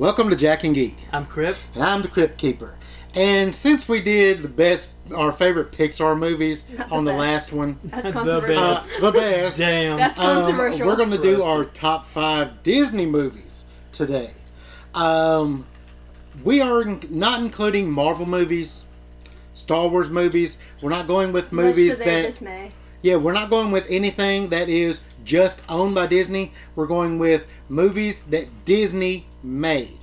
Welcome to Jack and Geek, I'm Crip. and I'm the Crypt Keeper. And since we did the best, our favorite Pixar movies Not the on the best. last one, That's The controversial. uh, best. the best, Damn. That's um, controversial. we're going to do Roasted. our top five Disney movies today. Um, we are in- not including Marvel movies, Star Wars movies. We're not going with Much to movies their that dismay. Yeah, we're not going with anything that is just owned by Disney. We're going with movies that Disney made.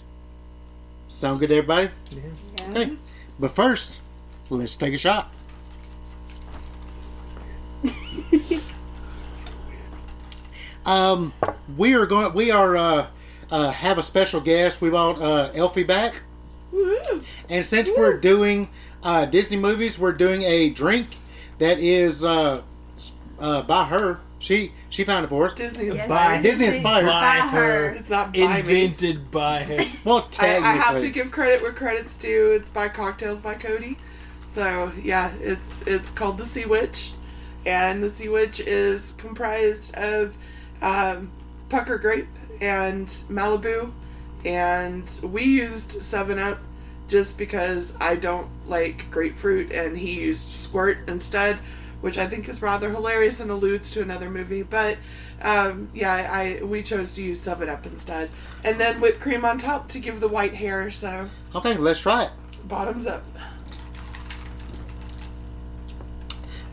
Sound good to everybody? Yeah. Yeah. Okay. But first, let's take a shot. um, we are going. We are uh, uh, have a special guest. We brought uh, Elfie back, Woohoo. and since we're doing uh, Disney movies, we're doing a drink that is uh, s- uh, by her. She she found it for us. Disney Yes, by Disney inspired. by By her. It's not by me. Invented by him. Well, I, I technically, have to give credit where credit's due. It's by Cocktails by Cody. So yeah, it's it's called the Sea Witch, and the Sea Witch is comprised of um, pucker grape and Malibu, and we used Seven Up just because I don't like grapefruit, and he used Squirt instead, which I think is rather hilarious and alludes to another movie. But um, yeah, I we chose to use Seven Up instead, and then whipped cream on top to give the white hair. So okay, let's try it. bottoms up.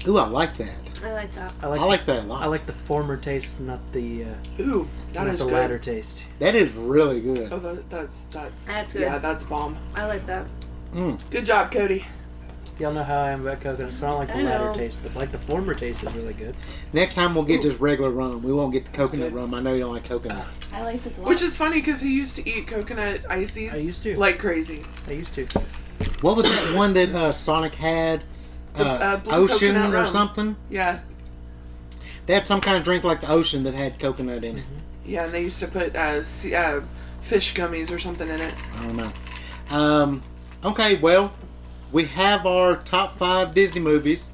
Ooh, I like that. I like that. I like, I like that a lot. I like the former taste, not the uh, Ooh, that not is the good. latter taste. that is really good. Oh, tha- that's that's That's good. yeah, that's bomb. I like that. Good job, Cody. Y'all know how I am about coconut, so I don't like the I latter know. taste, but like the former taste is really good. Next time we'll get just regular rum. We won't get the coconut good. rum. I know you don't like coconut. I like this a lot. Which is funny because he used to eat coconut ices. I used to. like crazy. I used to. What was that one that uh, Sonic had? Uh, uh, blue ocean coconut or rum. something? Yeah, They had some kind of drink like the ocean that had coconut in it. yeah, and they used to put uh, sea, uh, fish gummies or something in it. I don't know. Um, okay, well, we have our top five Disney movies.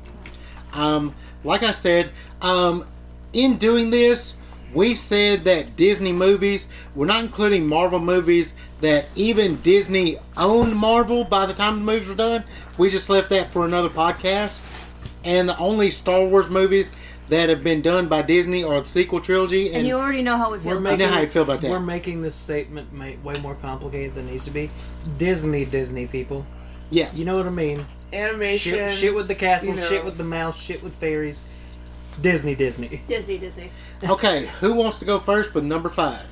Um, like I said, um, in doing this, we said that Disney movies, we're not including Marvel movies, that even Disney owned Marvel by the time the movies were done. We just left that for another podcast. And the only Star Wars movies that have been done by Disney are the sequel trilogy. and you already know how we feel. We're about making how you this- feel about that. We're making this statement ma- way more complicated than it needs to be. Disney, Disney people. yeah, You know what I mean? Animation. Shit, shit with the castle, you know. shit with the mouse, shit with fairies. Disney, Disney. Disney, Disney. okay, who wants to go first with number five?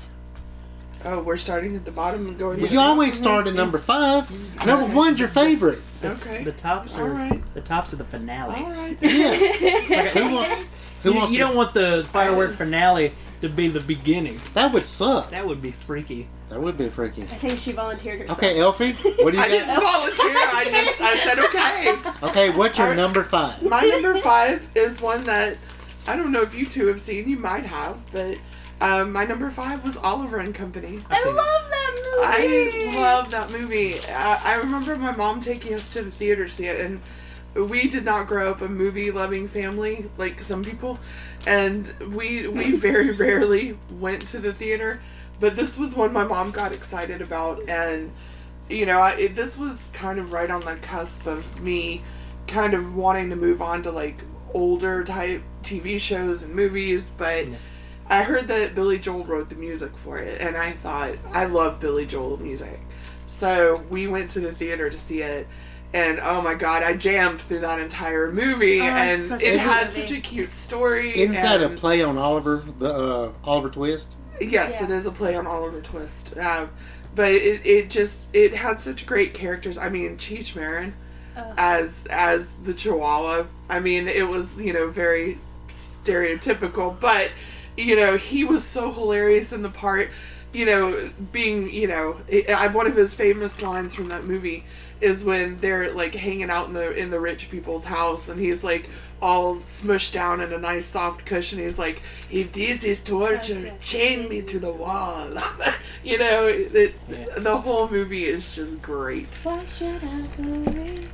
oh, we're starting at the bottom and going. Well, to you the top. always start at number five. Number one's your favorite. The- Okay. The tops are Alright. the tops of the finale. All right. Yeah. Who Who wants? Who you, wants? you to- don't want the firework finale to be the beginning. That would suck. That would be freaky. That would be freaky. I think she volunteered herself. Okay, Elfie, what do I you didn't got? volunteer. I just I said okay. Okay, what's your Alright. number five? My number five is one that I don't know if you two have seen. You might have, but um, my number five was Oliver and Company. I seen love it. that movie. I love that movie. Uh, I remember my mom taking us to the theater to see it, and we did not grow up a movie-loving family like some people, and we we very rarely went to the theater. But this was one my mom got excited about, and you know, I, it, this was kind of right on the cusp of me kind of wanting to move on to like older type TV shows and movies, but. I heard that Billy Joel wrote the music for it, and I thought, I love Billy Joel music. So we went to the theater to see it, and oh my god, I jammed through that entire movie, Oh, it's and such a it good had movie. such a cute story. Isn't that a and- play on Oliver the uh, Oliver Twist? Yes, Yeah. it is a play on Oliver Twist. Um, but it, it just it had such great characters. I mean, Cheech Marin Ugh. as as the Chihuahua. I mean, it was you know very stereotypical, but you know he was so hilarious in the part. You know, being you know, I- I, one of his famous lines from that movie is when they're like hanging out in the in the rich people's house, and he's like all smushed down in a nice soft cushion. He's like, if this is torture, chain me to the wall. you know, it, Yeah. the whole movie is just great. Why should I worry?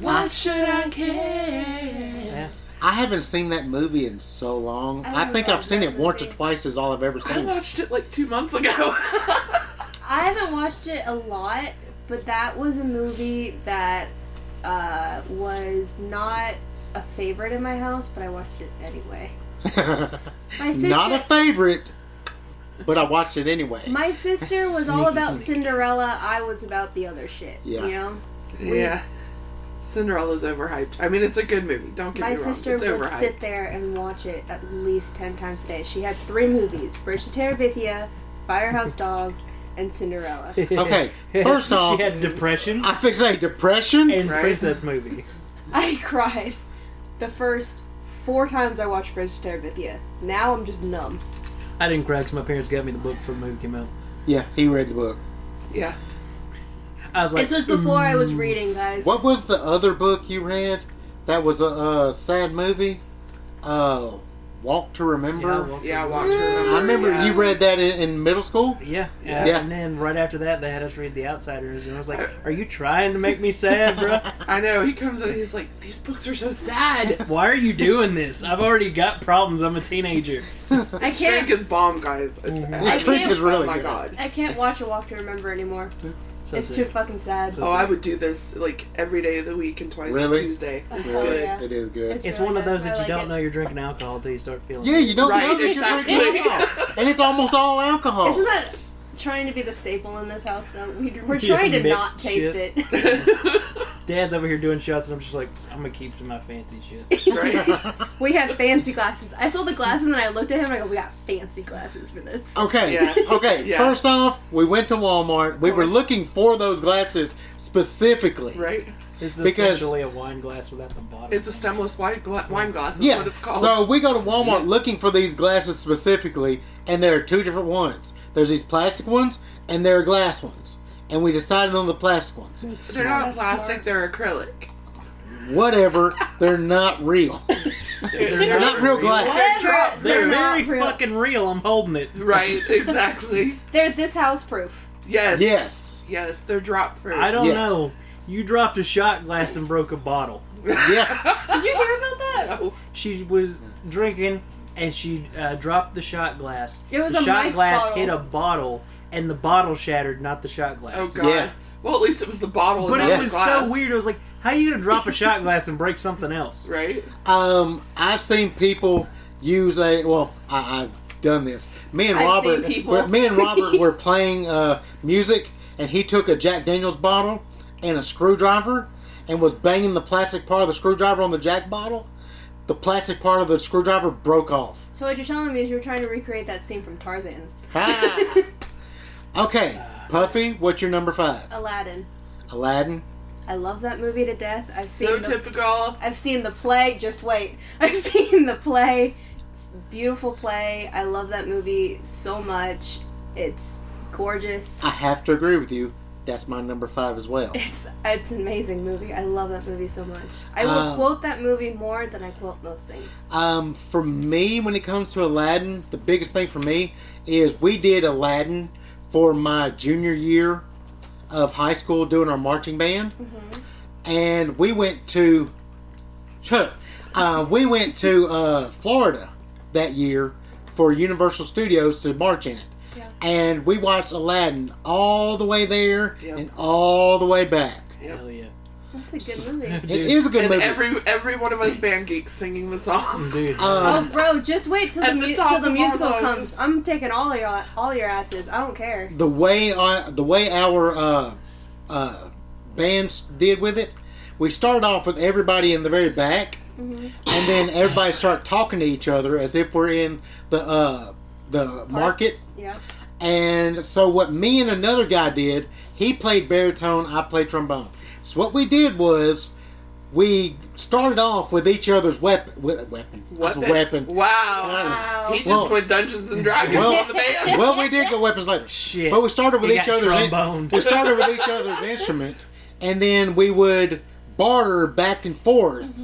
Why should I care? Yeah. I haven't seen that movie in so long. I, I think love I've seen it that once or movie. twice is all I've ever I seen. watched it like two months ago. I haven't watched it a lot, but that was a movie that uh, was not a favorite in my house, but I watched it anyway. My sister- Not a favorite, but I watched it anyway. My sister was all Sneaky, about sneaky. Cinderella. I was about the other shit. Yeah. You know, Yeah. Cinderella's overhyped. I mean, it's a good movie. Don't get my me wrong. sister it's would overhyped. sit there and watch it at least ten times a day. She had three movies: Bridge to Terabithia, Firehouse Dogs, and Cinderella. Okay, first off- she had depression I fixate depression. and Right. princess movie. I cried the first four times I watched Bridge to Terabithia. Now I'm just numb. I didn't cry 'cause my parents got me the book before the movie came out. yeah, he read the book. Yeah. I was like, mm, This was before I was reading, guys. What was the other book you read? That was a, uh sad movie. Uh, Walk to Remember. yeah, I walked Yeah, I in. watched her. Mm. I remember yeah. you read that in, in middle school. Yeah, Yeah. yeah, And then right after that, they had us read The Outsiders, and I was like, "Are you trying to make me sad, bro? I know. He comes in he's like, these books are so sad. Why are you doing this? I've already got problems. I'm a teenager." I This drink can't. is bomb, guys. It's, This drink Mm. is really Oh my good. god. I can't watch A Walk to Remember anymore. So It's too sick. fucking sad. So Oh, I would do this like every day of the week and twice Really? on Tuesday. It's Oh, good. yeah. It is good. It's really one of good. those I that you like don't it. know you're drinking alcohol till you start feeling. yeah, you don't Right, know that exactly. you're drinking alcohol, and it's almost all alcohol. Isn't that trying to be the staple in this house though? We, we're Yeah, trying to mixed not taste shit. it. Dad's over here doing shots, and I'm just like, "I'm gonna keep to my fancy shit." right? We have fancy glasses. I saw the glasses and I looked at him and I go, we got fancy glasses for this. Okay. Yeah. Okay. Yeah. First off, we went to Walmart. We were course. looking for those glasses specifically. Right? This is Because- essentially a wine glass without the bottom. It's a stemless white gla- wine glass. Is Yeah. what it's called. So we go to Walmart looking for these glasses specifically, and there are two different ones. There's these plastic ones, and there are glass ones. And we decided on the plastic ones. they're not That's plastic. smart. They're acrylic. Whatever, they're not real. They're, They're not real glass. They're, They're, They're not very real. fucking real. I'm holding it. right? Exactly. They're this house proof. Yes. Yes. Yes. They're drop proof. I don't Yes. know. You dropped a shot glass and broke a bottle. Yeah. Did you hear about that? know. She was drinking and she uh, dropped the shot glass. It was the a shot Mike's glass bottle. hit a bottle and the bottle shattered, not the shot Oh glass. god. Yeah. Well, at least it was the bottle. But it and not Yeah. the was glass. so weird. I was like, how you gonna drop a shot glass and break something else? right? Um, I've seen people use a well. I, I've done this. Me and I've seen Robert, people. but me and Robert were playing uh, music, and he took a Jack Daniel's bottle and a screwdriver, and was banging the plastic part of the screwdriver on the Jack bottle. The plastic part of the screwdriver broke off. So what you're telling me is you're trying to recreate that scene from Tarzan. Ha! okay, Puffy, what's your number five? Aladdin. Aladdin. I love that movie to death. I've So seen the, typical. I've seen the play. Just wait. I've seen the play. It's a beautiful play. I love that movie so much. It's gorgeous. I have to agree with you. That's my number five as well. It's it's an amazing movie. I love that movie so much. I will Um, quote that movie more than I quote most things. Um, for me, when it comes to Aladdin, the biggest thing for me is we did Aladdin for my junior year of high school doing our marching band, and we went to. Shut up. Uh, we went to uh, Florida that year for Universal Studios to march in it. Yeah. And we watched Aladdin all the way there Yep. and all the way back. Hell yeah. That's a good movie. It Dude. is a good And movie. every every one of us band geeks singing the songs. Dude. Oh, um, bro, just wait till the, At the mu- top till the of our musical lungs. comes. I'm taking all your all your asses. I don't care. the way I, the way our uh, uh, bands did with it, we started off with everybody in the very back, and then everybody start talking to each other as if we're in the uh, the market. Parts. Yeah. And so, what me and another guy did, he played baritone, I played trombone. So what we did was we started off with each other's weapon, with, weapon, What That's a weapon. Wow. Wow. He just Well- went Dungeons and Dragons Well- on the band. well, we did get weapons later. Shit. But we started with He each got other's tromboned. we started with each other's instrument, and then we would barter back and forth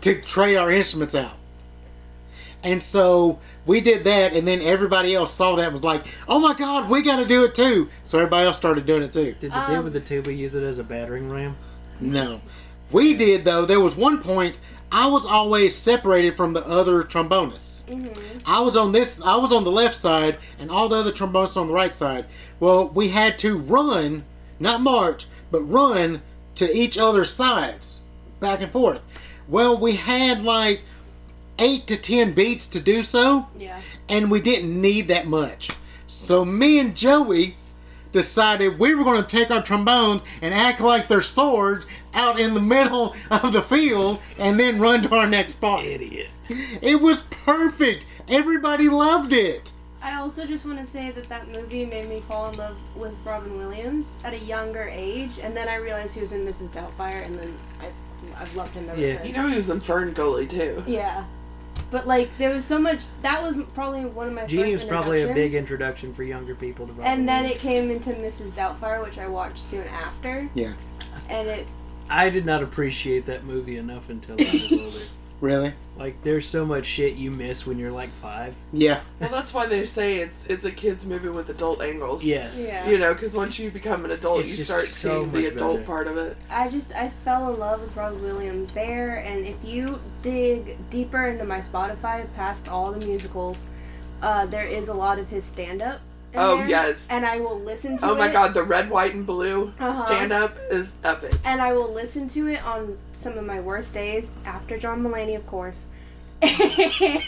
to trade our instruments out. And so we did that, and then everybody else saw that and was like, "Oh my God, we got to do it too!" So everybody else started doing it too. Did the Um, dude with the tuba use it as a battering ram? No, we did though. There was one point I was always separated from the other trombonists. trombones. Mm-hmm. I was on this. I was on the left side, and all the other trombonists on the right side. Well, we had to run, not march, but run to each other's sides, back and forth. Well, we had like eight to ten beats to do so, Yeah. and we didn't need that much. So me and Joey decided we were going to take our trombones and act like they're swords out in the middle of the field, and then run to our next spot. Idiot. It was perfect. Everybody loved it. I also just want to say that that movie made me fall in love with Robin Williams at a younger age, and then I realized he was in Mrs. Doubtfire, and then I've, I've loved him ever Yeah. since. You know he was in Fern Gully too. yeah. But, like, there was so much. That was probably one of my Genie first was probably a introductions. big introduction for younger people to Robin And then Williams. it came into Mrs. Doubtfire, which I watched soon after, Yeah, and it. I did not appreciate that movie enough until I was older. really? Like, there's so much shit you miss when you're like five. Yeah. Well, that's why they say it's it's a kids movie with adult angles. Yes. Yeah. You know, because once you become an adult, It's you just start so seeing the much adult better. part of it. I just I fell in love with Robin Williams there, and if you dig deeper into my Spotify, past all the musicals, uh, there is a lot of his stand-up. in Oh, there, yes. and I will listen to. Oh my it, god, the red, white, and blue Uh-huh. stand up is epic. And I will listen to it on some of my worst days after John Mulaney, of course.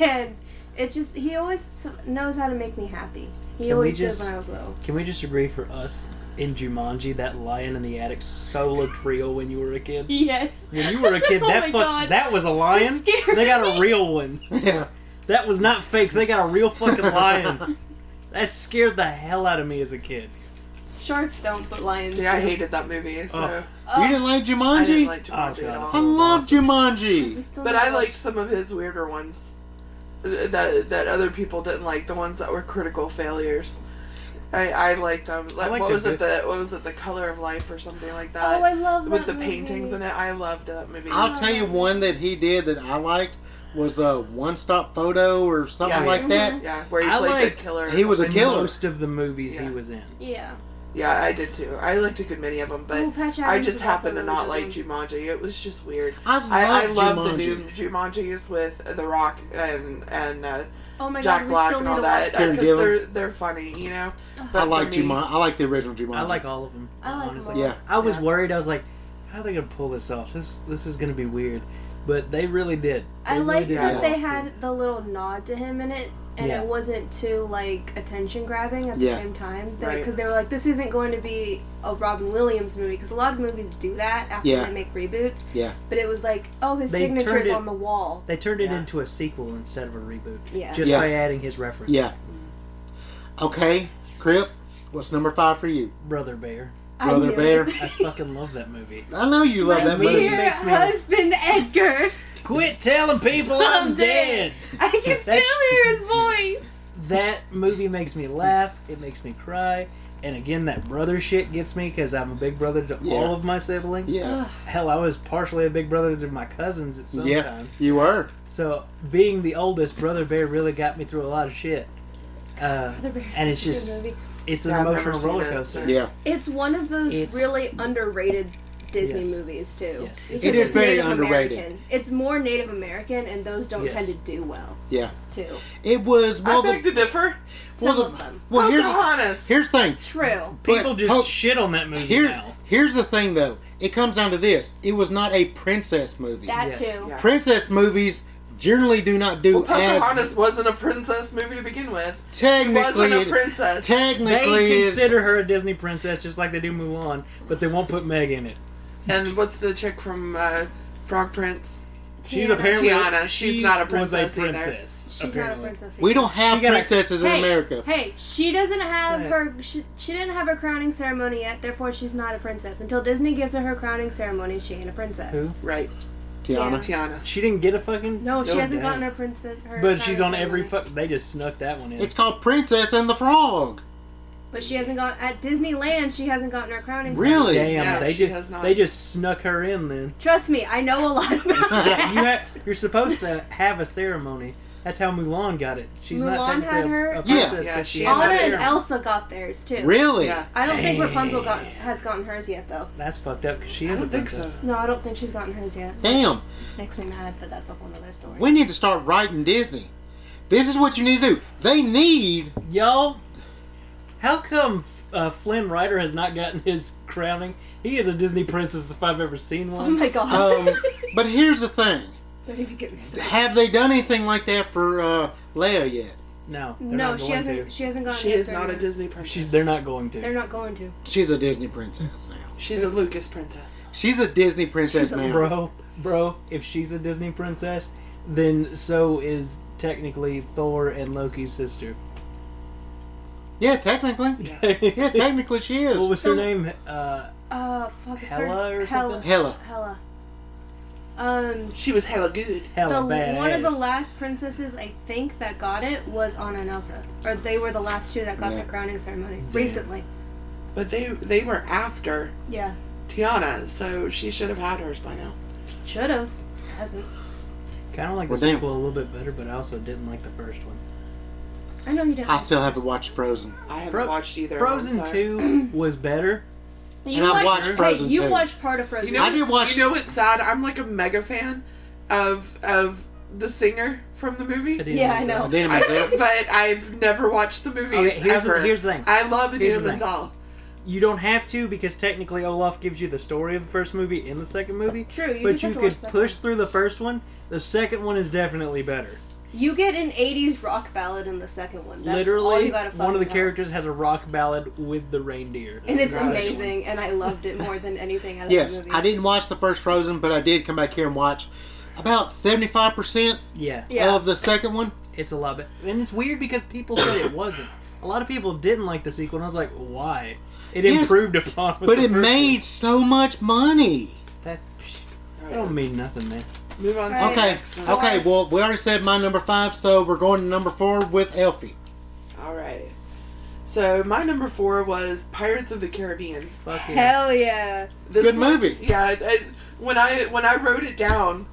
and it just he always knows how to make me happy. He we always just- did when I was little. Can we just agree for us in Jumanji that lion in the attic so looked real when you were a kid? Yes. When you were a kid, Oh that my fuck, God. that was a lion. That scared They got a me. real one. Yeah. That was not fake. They got a real fucking lion. that scared the hell out of me as a kid. Sharks don't, but lions. See, I do. hated that movie, so Oh. Oh, you didn't like I Jumanji? didn't like Oh, God. Jumanji at I all. love we Jumanji. still But need to I watch- liked some of his weirder ones th- that that other people didn't like, the ones that were critical failures. I, I liked them. liked Like, what it was it? too. The what was it? The Color of Life or something like that. Oh, I love with that the paintings movie. in it. I loved that movie. I'll tell you one that he did that I liked was a one stop photo or something Yeah. like that. yeah, where he I played liked- the killer. or He was a something. In killer. Most of the movies he Yeah. was in. Yeah. Yeah, I did too. I liked a good many of them, but Ooh, Patch I Adams just is also happened to really not good like one. Jumanji. It was just weird. I love I, I love Jumanji. the new Jumanjis with The Rock and and uh, Oh my Jack god, we Black still and need all to that watch that. Karen because Gillan. they're they're funny, you know. But I for like me- Jumanji. I like the original Jumanji. I like all of them. I like honestly. them all. Yeah. I was Yeah. worried. I was like, how are they gonna pull this off? This this is gonna be weird. But they really did. I They really like did that pull they off had the little nod to him in it, and Yeah. it wasn't too like attention grabbing at Yeah. the same time. Right. Because they were like, this isn't going to be a Robin Williams movie. Because a lot of movies do that after Yeah. they make reboots. Yeah. But it was like, oh, his They signature turned is it- on the wall. They turned it Yeah. into a sequel instead of a reboot. Yeah. Just Yeah. by adding his reference. Yeah. Okay, Crip. What's number five for you? Brother Bear. Brother I knew Bear. I It. fucking love that movie. I know you love My that movie. dear makes me- husband Edgar, Quit telling people I'm I'm, dead. I can That's- still hear his voice. That movie makes me laugh. It makes me cry. And again, that brother shit gets me because I'm a big brother to Yeah. all of my siblings. Yeah. Hell, I was partially a big brother to my cousins at some yeah. time. You were. So being the oldest, Brother Bear really got me through a lot of shit. Uh, Brother Bear's and it's such a good just movie. it's an Yeah, I've never emotional seen roller it. coaster. Yeah. It's one of those It's- really underrated Disney Yes. movies too. Yes. because It is it's very Native underrated. American. It's more Native American, and those don't Yes. tend to do well Yeah. too. It was well. I beg the, to differ. Some well, of the, them. well here's Pocahontas. here's the thing. True. But People just Ho- shit on that movie Here, now. here's the thing though. It comes down to this. It was not a princess movie. That Yes. too. Yeah. princess movies generally do not well, do as Pocahontas wasn't a princess movie to begin with. She technically. wasn't a princess. technically, They is, consider her a Disney princess just like they do Mulan, but they won't put Meg in it. and what's the chick from uh, Frog Prince? She's Tiana. apparently Tiana, she's she not a was princess either. princess, She's not a apparently. princess. we either. don't have She got a- princesses Hey, in America. Hey, she doesn't have Go ahead. her. She, she didn't have her crowning ceremony yet. Therefore, she's not a princess until Disney gives her her crowning ceremony. She ain't a princess. Who? Right, Tiana. Tiana. She didn't get a fucking. No, she No, hasn't yeah. gotten her princess. Her But she's on crowning every ceremony. fuck. They just snuck that one in. It's called Princess and the Frog. But she hasn't got at Disneyland. She hasn't gotten her crowning. ceremony. Really? Damn, Yeah, they she has just not. they just snuck her in then. Trust me, I know a lot about Yeah, that. you have, you're supposed to have a ceremony. That's how Mulan got it. She's Mulan not technically had her- a, a Yeah. princess, Yeah, but she she had had a Anna and ceremony. Elsa got theirs too. Really? Yeah. I don't think Damn. Rapunzel got, has gotten hers yet though. That's fucked up because she I is a don't think so. princess. No, I don't think she's gotten hers yet. Damn. Which makes me mad, but that's a whole other story. We need to start writing Disney. This is what you need to do. They need Y'all, how come uh, Flynn Rider has not gotten his crowning? He is a Disney princess if I've ever seen Oh one. my god. um, but here's the thing. Don't even get me started. Have they done anything like that for uh, Leia yet? No, they're No, not she going hasn't. to. She hasn't gone. She to is not a Disney. Disney princess. She's, they're not going to. They're not going to. She's a Disney princess now. She's a Lucas princess. She's a Disney princess She's a now. Bro, bro, if she's a Disney princess, then so is technically Thor and Loki's sister. Yeah, technically. Yeah, technically she what is. was her name? Uh, Uh, fuck. it's her- Hella or Hella. something? Hella. Hella. Um, She was hella good. hella the badass. one of the last princesses I think that got it was Anna and Elsa, or they were the last two that got Yeah. the crowning ceremony recently. But they they were after Yeah, Tiana, so she should have had hers by now. should have, hasn't. Kind of like Well, the damn. sequel a little bit better, but I also didn't like the first one. I know you didn't. I still have to watch Frozen. I haven't Fro- watched either. Frozen one, so- 2 was better. you and I watched, watched hey, Frozen you too. watched part of Frozen. You know, I did what's- watch- You know what's sad? I'm like a mega fan of of the singer from the movie. Idina Yeah, I Menzel. I know. did myself. but I've never watched the movies Okay, here's, ever. the, here's the thing. I love here's Adina the thing. Menzel. You don't have to because technically Olaf gives you the story of the first movie in the second movie. True, you but just you have to could watch the second push through the first one. The second one is definitely better. you get an '80s rock ballad in the second one. That's all Literally, you gotta one of the fucking know. characters has a rock ballad with the reindeer. and it's Right. amazing. And I loved it more than anything out of the Yes, movie. I didn't watch the first Frozen, but I did come back here and watch about 75% Yeah, Yeah. of the second one. it's a lot better. And it's weird because people said it wasn't. A lot of people didn't like the sequel, and I was like, why? It Yes, improved upon. what But the it first made one- so much money. that. That don't mean nothing, man. Move on. Right. To the Okay, next one. okay, well, we already said my number five, so we're going to number four with Elfie. All right. So my number four was Pirates of the Caribbean. Fuck yeah. Hell yeah! This Good one- movie. Yeah. it- it- when I when I wrote it down,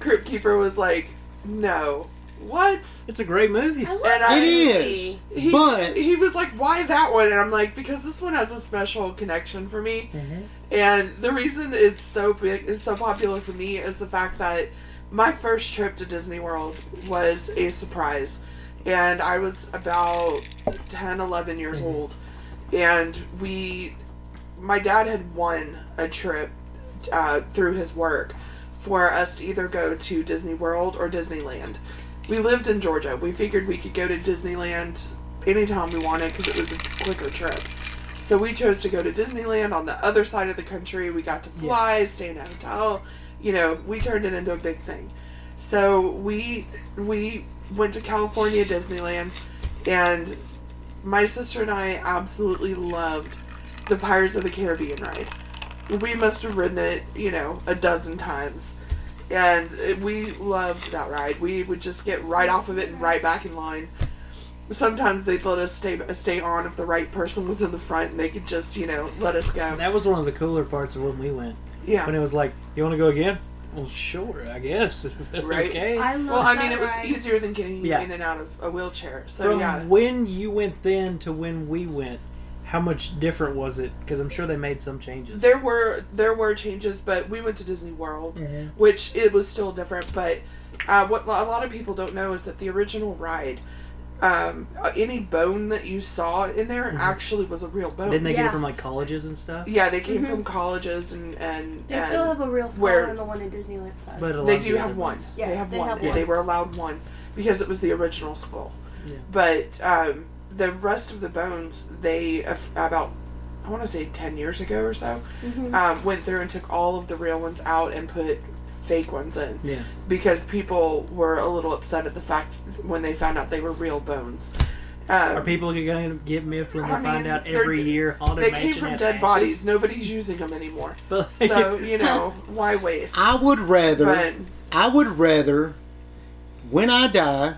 Crypt Keeper was like, "No, what?" It's a great movie. I love And that I- It is, movie. He, but he was like, "Why that one?" And I'm like, "Because this one has a special connection for me." Mhm. And the reason it's so big, it's so popular for me, is the fact that my first trip to Disney World was a surprise. And I was about 10, 11 years old. And we, my dad had won a trip uh, through his work for us to either go to Disney World or Disneyland. We lived in Georgia. We figured we could go to Disneyland anytime we wanted because it was a quicker trip. So we chose to go to Disneyland on the other side of the country. We got to fly, stay in a hotel. You know, we turned it into a big thing. So we we went to California Disneyland, and my sister and I absolutely loved the Pirates of the Caribbean ride. We must have ridden it, you know, a dozen times. And it- we loved that ride. We would just get right off of it and right back in line. Sometimes they'd let us stay stay on if the right person was in the front and they could just, you know, let us go. That was one of the cooler parts of when we went. Yeah. When it was like, you want to go again? Well, sure, I guess. If that's Right. okay. I love. Well, I mean, that it was ride. easier than getting Yeah. in and out of a wheelchair. So, From yeah. when you went then to when we went, how much different was it? Because I'm sure they made some changes. There were there were changes, but we went to Disney World, which it was still different. But uh, what a lot of people don't know is that the original ride, um, uh, any bone that you saw in there actually was a real bone. Mm-hmm. Didn't they get it Yeah. from like colleges and stuff? yeah, they came from colleges and and, Mm-hmm. They and still have a real skull where- in the one in Disneyland. Sorry. But a lot they of do the have other one. ones. Yeah, they have they one. have and one. They were allowed one because it was the original skull. Yeah. But um, the rest of the bones, they af- about I want to say ten years ago or so, Mm-hmm. um, went through and took all of the real ones out and put fake ones in Yeah. because people were a little upset at the fact when they found out they were real bones. Um, Are people going to get miffed when they I mean, find out they're- every year Haunted they Mansion came from has dead ashes? bodies. Nobody's using them anymore. But, So you know why waste? I would rather, But I would rather, when I die,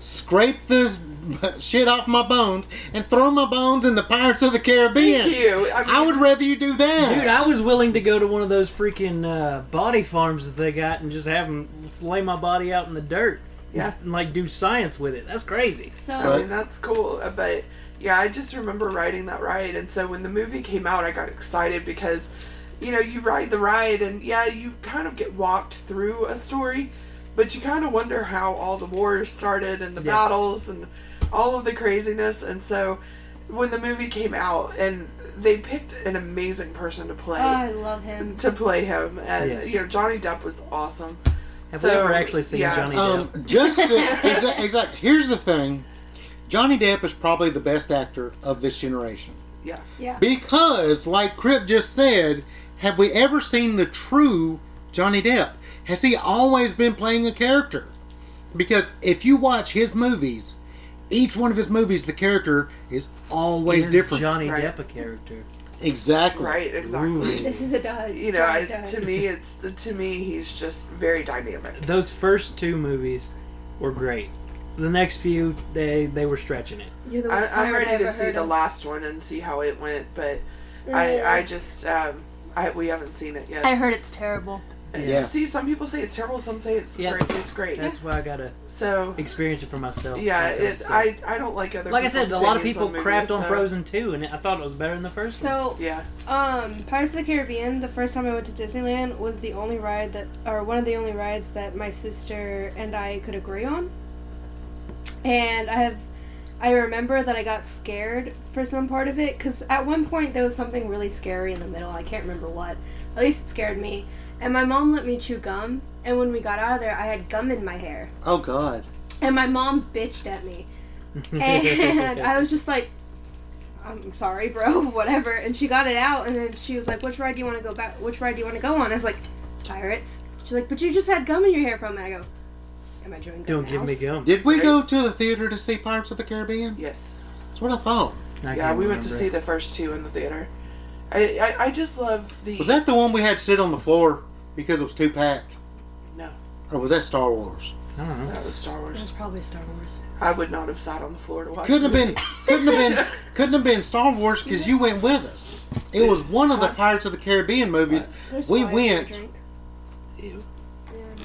scrape the shit off my bones and throw my bones in the Pirates of the Caribbean. thank you. I, mean, I would rather you do that. Dude, I was willing to go to one of those freaking uh, body farms that they got and just have them lay my body out in the dirt. Yeah. And like do science with it. That's crazy. I so Right. mean, that's cool. uh, But yeah, I just remember riding that ride. And so when the movie came out, I got excited because, you know, you ride the ride and yeah, you kind of get walked through a story. But you kind of wonder how all the wars started and the Yeah. battles and all of the craziness. And so when the movie came out and they picked an amazing person to play Oh, I love him. to play him and Uh, Yes. you know Johnny Depp was awesome. Have we ever actually seen Johnny Um, just to, exa- exact. Here's the thing: Johnny Depp is probably the best actor of this generation Yeah. Yeah. because, like Crip just said, have we ever seen the true Johnny Depp? Has he always been playing a character? Because if you watch his movies, each one of his movies, the character is always Is different. Johnny Right. Depp a character? exactly. Right, exactly. This is a dud. You know, I, Johnny Depp. to me it's to me he's just very dynamic. Those first two movies were great. The next few, they they were stretching it. You're the I, worst I'm pirate I ready to ever see heard the of. last one and see how it went, but Mm-hmm. I I just um I we haven't seen it yet. I heard it's terrible. Yeah. See, some people say it's terrible, some say it's Yeah. great. It's great. That's why I gotta so experience it for myself. yeah, Like I it, said. I I don't like other. like I people's said, a lot of opinions people movies, crapped on so- Frozen 2, and I thought it was better than the first one. So, Yeah, um, Pirates of the Caribbean, the first time I went to Disneyland was the only ride that, or one of the only rides that my sister and I could agree on. And I have, I remember that I got scared for some part of it, because at one point there was something really scary in the middle. I can't remember what. At least it scared me. And my mom let me chew gum, and when we got out of there, I had gum in my hair. Oh God. And my mom bitched at me. And I was just like, I'm sorry, bro, whatever. And she got it out, and then she was like, Which ride do you want to go back? Which ride do you want to go on? I was like, Pirates. She's like, But you just had gum in your hair from it. I go, Am I doing gum? Don't now? give me gum. Did we Right. go to the theater to see Pirates of the Caribbean? yes, That's what I thought. I yeah. can't We went to remember. see the first two in the theater. I I, I just love the Was that the one we had to sit on the floor because it was too packed? no. Or was that Star Wars? I don't know. That was Star It was Wars. probably Star Wars. I would not have sat on the floor to watch. Couldn't have it. been. Couldn't have been. Couldn't have been Star Wars because you went with us. It was one of the Pirates of the Caribbean movies. We went. Ew.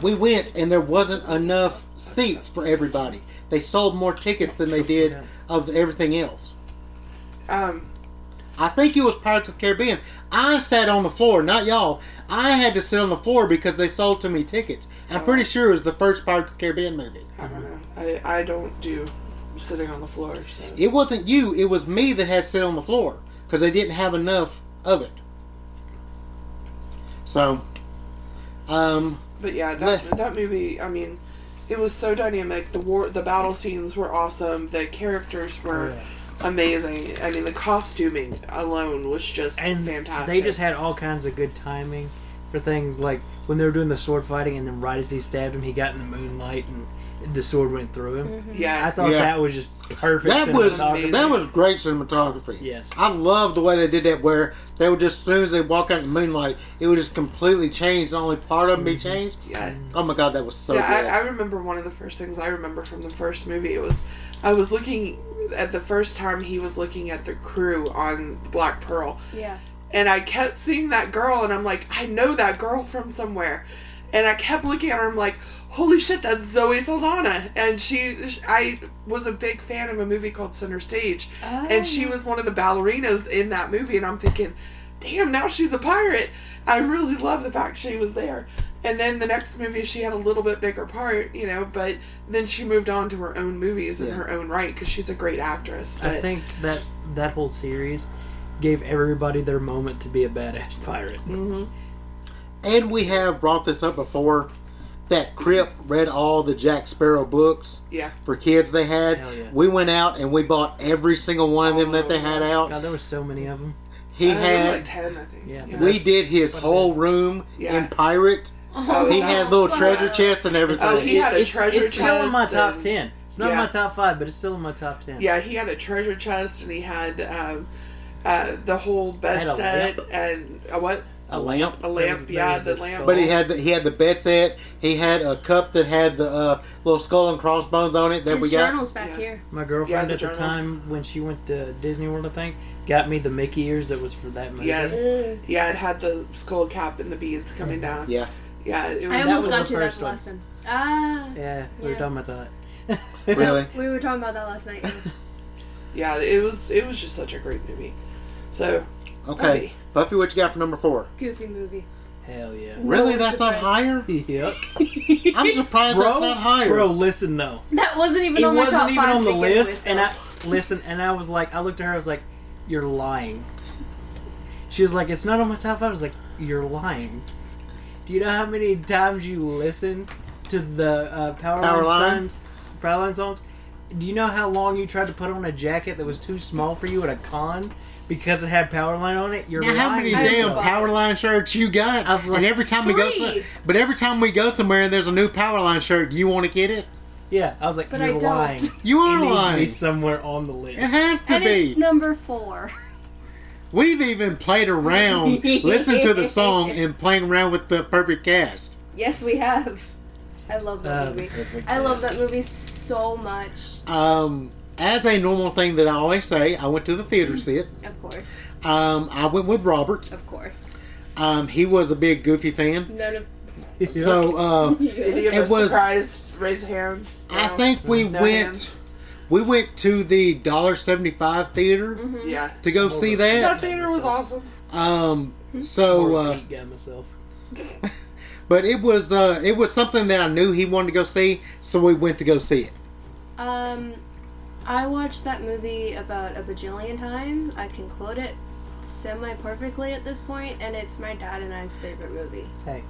We went, and there wasn't enough seats for everybody. They sold more tickets than they did of everything else. Um, I think it was Pirates of the Caribbean. I sat on the floor, not y'all. I had to sit on the floor because they sold too many tickets. I'm pretty sure it was the first Pirates of the Caribbean movie. I don't know. I I don't do sitting on the floor. So. It wasn't you, it was me that had to sit on the floor because they didn't have enough of it. So, um, But yeah, that, Meh. that movie, I mean, it was so dynamic. The war, the battle scenes were awesome. The characters were Oh, Yeah. amazing. I mean, the costuming alone was just and fantastic. they just had all kinds of good timing for things like when they were doing the sword fighting and then right as he stabbed him he got in the moonlight and the sword went through him i yeah, thought Yeah. that was just perfect that was cinematography. that was great cinematography. Yes. I love the way they did that. Where they would just as soon as they walk out in the moonlight, it would just completely change. And only part of them Mm-hmm. be changed. yeah. Oh my god, that was so yeah, good. I, I remember one of the first things I remember from the first movie. It was I was looking at the first time he was looking at the crew on Black Pearl, Yeah. and I kept seeing that girl, and I'm like, I know that girl from somewhere, and I kept looking at her. I'm like, holy shit, that's Zoe Saldana, and she, sh- I was a big fan of a movie called Center Stage, and Oh. she was one of the ballerinas in that movie, and I'm thinking, damn, now she's a pirate. I really love the fact she was there. And then the next movie, she had a little bit bigger part, you know, but then she moved on to her own movies in Yeah. her own right because she's a great actress. i but- think that that whole series gave everybody their moment to be a badass pirate Mm-hmm. and we have brought this up before. That Crip read all the Jack Sparrow books yeah, for kids they had. Hell yeah. Oh We went out and we bought every single one of them that they had out. god there were so many of them He I had like had. ten, I think. Yeah. We did his what I whole room Yeah. in pirate. Oh, He yeah. had little Wow. treasure chests and everything. Oh, he had a it's, treasure it's still in my chest top and- 10 it's not in Yeah. my top 5 but it's still in my top 10 Yeah, he had a treasure chest and he had um, uh, the whole bed had a set lamp. and a what? a lamp. A lamp, was- yeah, that the was the lamp. But he had the, he had the bed set. He had a cup that had the uh, little skull and crossbones on it that we His got. journal's back Yeah. here. My Yeah, girlfriend the at the journal. time when she went to Disney World, I think, got me the Mickey ears that was for that movie. Yes. Mm. Yeah, it had the skull cap and the beads coming down. Yeah, Yeah, it was, I that almost was got the you that first one. last time. Ah. Yeah, we were Yeah. talking about that. really. We were talking about that last night. yeah, it was it was just such a great movie. So Okay, Okay. Buffy, what you got for number four? Goofy movie. Hell yeah. Really, I'm that's not surprised. higher. Yup. I'm surprised bro, that's not higher. bro, listen though. That wasn't even it on my top wasn't even five on the to begin list, with, and though. I listen, and I was like, I looked at her, I was like, "You're lying." She was like, "It's not on my top five. I was like, "You're lying." Do you know how many times you listen to the uh, Power, Power Line? Line songs? Power Line songs. Do you know how long you tried to put on a jacket that was too small for you at a con because it had Power Line on it? You're Now, lying. how many I was damn surprised. power line shirts you got? I was like, and every time we go, three. so- but every time we go somewhere and there's a new power line shirt, you want to get it? Yeah, I was like, But I "You're don't. lying." You It are needs to be lying. somewhere on the list. It has to and be. it's number four. We've even played around, listened to the song, and playing around with the perfect cast. yes, we have. I love that Uh, movie. perfect I love cast. that movie so much. Um, as a normal thing that I always say, I went to the theater to see it. Of course, Um, I went with Robert. of course. Um, he was a big Goofy fan. None of Yup. So uh, Any you. It of us was- surprised? Raise hands. I No. think we No went hands. we went to the dollar seventy five theater Mm-hmm. Yeah. to go see that. That theater was awesome. Um, Mm-hmm. Poor so, uh, Pete got myself. but it was uh, it was something that I knew he wanted to go see, so we went to go see it. Um, I watched that movie about a bajillion times. I can quote it semi perfectly at this point, and it's my dad and I's favorite movie. Hey,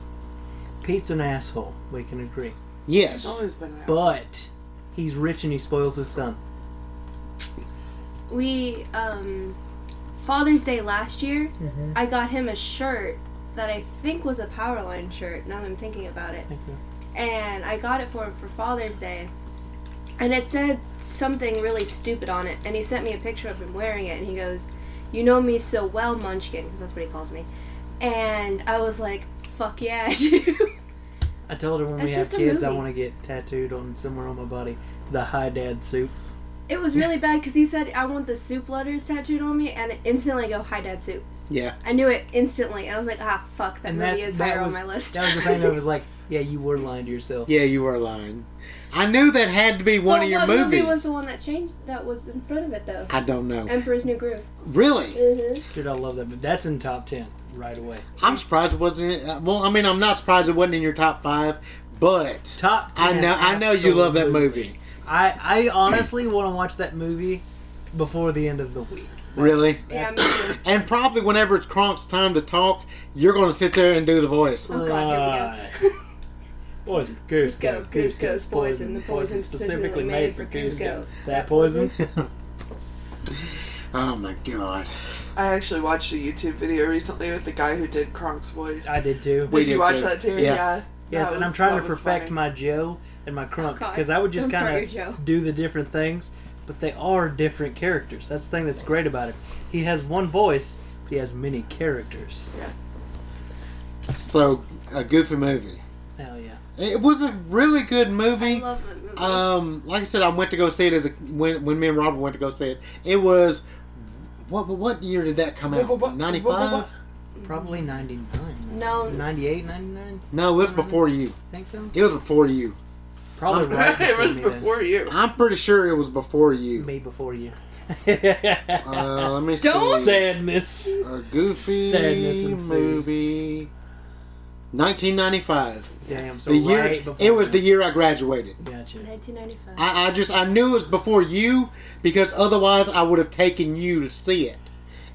Pete's an asshole. We can agree, Yes, It's always been an but he's rich and he spoils his son. We um, Father's Day last year, I got him a shirt that I think was a Powerline shirt. Now that I'm thinking about it, Thank you. and I got it for him for Father's Day. And it said something really stupid on it, and he sent me a picture of him wearing it, and he goes, "You know me so well, Munchkin," because that's what he calls me. And I was like, "Fuck yeah, I do." I told her when It's we have just a kids, I movie. want to get tattooed on somewhere on my body the high dad suit. It was really bad because he said, "I want the soup letters tattooed on me," and instantly I go, "Hi, Dad, soup." yeah. I knew it instantly, and I was like, "Ah, fuck, that And movie that's is that higher was, on my list." that was the thing that was like, yeah, you were lying to yourself. Yeah, you are lying. I knew that had to be one But of your what movies. movie was the one that changed? That was in front of it though. I don't know. Emperor's New Groove. Really? Mm-hmm. Dude, I love that. But that's in top ten right away. I'm surprised it wasn't. in- uh, Well, I mean, I'm not surprised it wasn't in your top five, but Top I ten. know I know you love that absolutely. movie. I I honestly want to watch that movie before the end of the week. Really? Yeah, me That's- too. And probably whenever it's Cronk's time to talk, you're going to sit there and do the voice. Oh god, here we go. Poison Goose Cusco, Cusco's poison, the poison specifically made for Cusco. That poison? Oh my god. I actually watched a YouTube video recently with the guy who did Kronk's voice. I did too. We did you did watch too. that too? Yes. Yeah. yes, That and I'm was- trying that to was perfect funny. my Joe and my crunk Oh, God. because I would just I'm kind sorry, Joe. of do the different things, but they are different characters. That's the thing that's great about him. He has one voice, but he has many characters. So, a goofy movie. Hell yeah. It was a really good I movie. love that movie. Um, like I said, I went to go see it as a, when when me and Robert went to go see it. It was what what year did that come Wha- wha- wha- out? Ninety five? Probably 99. Um, No. 98, 99? No, it was before you. Think so? It was before you. Probably right it before was me then. before you. I'm pretty sure it was before you. Me before you. Uh, let me Don't see. Sadness. a goofy Sadness ensues. movie. 1995. Damn, so The year right before it was the me. year I graduated. Gotcha. 1995. I, I just I knew it was before you because otherwise I would have taken you to see it.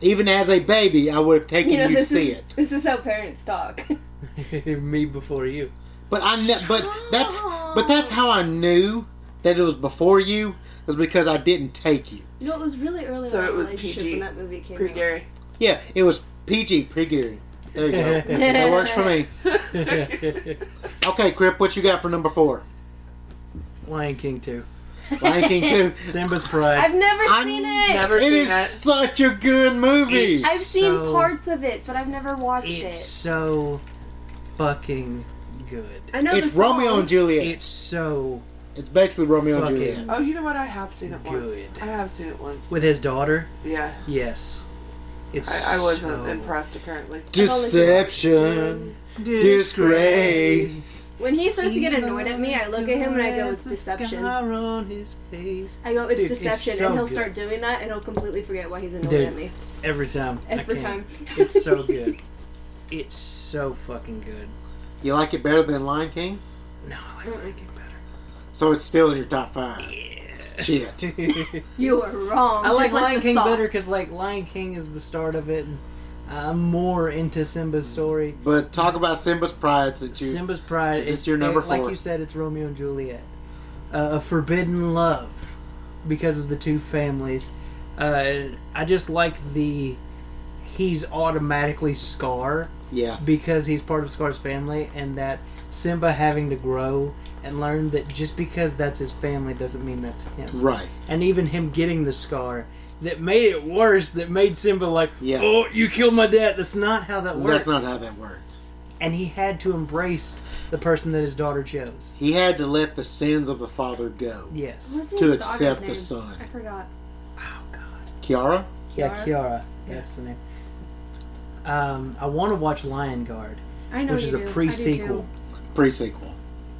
Even as a baby, I would have taken you you, know, to this see is it. this is how parents talk. me before you. But I ne- but that's but that's how I knew that it was before you was because I didn't take you. You know, it was really early So on in it our was relationship PG, when that movie came Pretty Gary. Yeah, it was PG pre-Gary. There you go. that works for me. Okay, Crip, what you got for number four? Lion King 2. Lion King Two. Simba's I've Pride. never I seen it. never- It seen is that. such a good movie. It's- I've seen So- parts of it, but I've never watched It's so fucking good. it. I know It's the song. Romeo and Juliet. It's so it's basically Romeo and fucking Juliet. Oh, you know what? I have seen it once. Good. I have seen it once. with his daughter. yeah. Yes. It's I, I wasn't so- impressed apparently. Deception, disgrace. When he starts to get annoyed at me, I look at him and I go, "It's deception." Scar on his face. I go, "It's Dude, it's deception," so and he'll good. start doing that, and he'll completely forget why he's annoyed Dude. at me Every time. I every can't. time. It's so good. It's so fucking good. You like it better than Lion King? No, I like Lion So it's still in your top five. King Shit. better. You were wrong. I like just Lion the King better socks. because like Lion King is the start of it. And I'm more into Simba's story. But talk about Simba's pride since you. Simba's Pride. It's your number like four. you said, it's Romeo and Juliet. Uh, a forbidden love because of the two families. Uh, I just like the he's automatically Scar Yeah. because he's part of Scar's family, and that Simba having to grow and learn that just because that's his family doesn't mean that's him. Right. And even him getting the scar that made it worse, that made Simba like, Yeah. oh, you killed my dad. That's not how that works. That's not how that works. and he had to embrace the person that his daughter chose. He had to let the sins of the father go. Yes. What's to his accept daughter's the name? son. I forgot. Oh God. Kiara? Yeah, Kiara. That's the name. Um, I want to watch Lion Guard, I know which you is do. a I do pre-sequel, too. Pre sequel.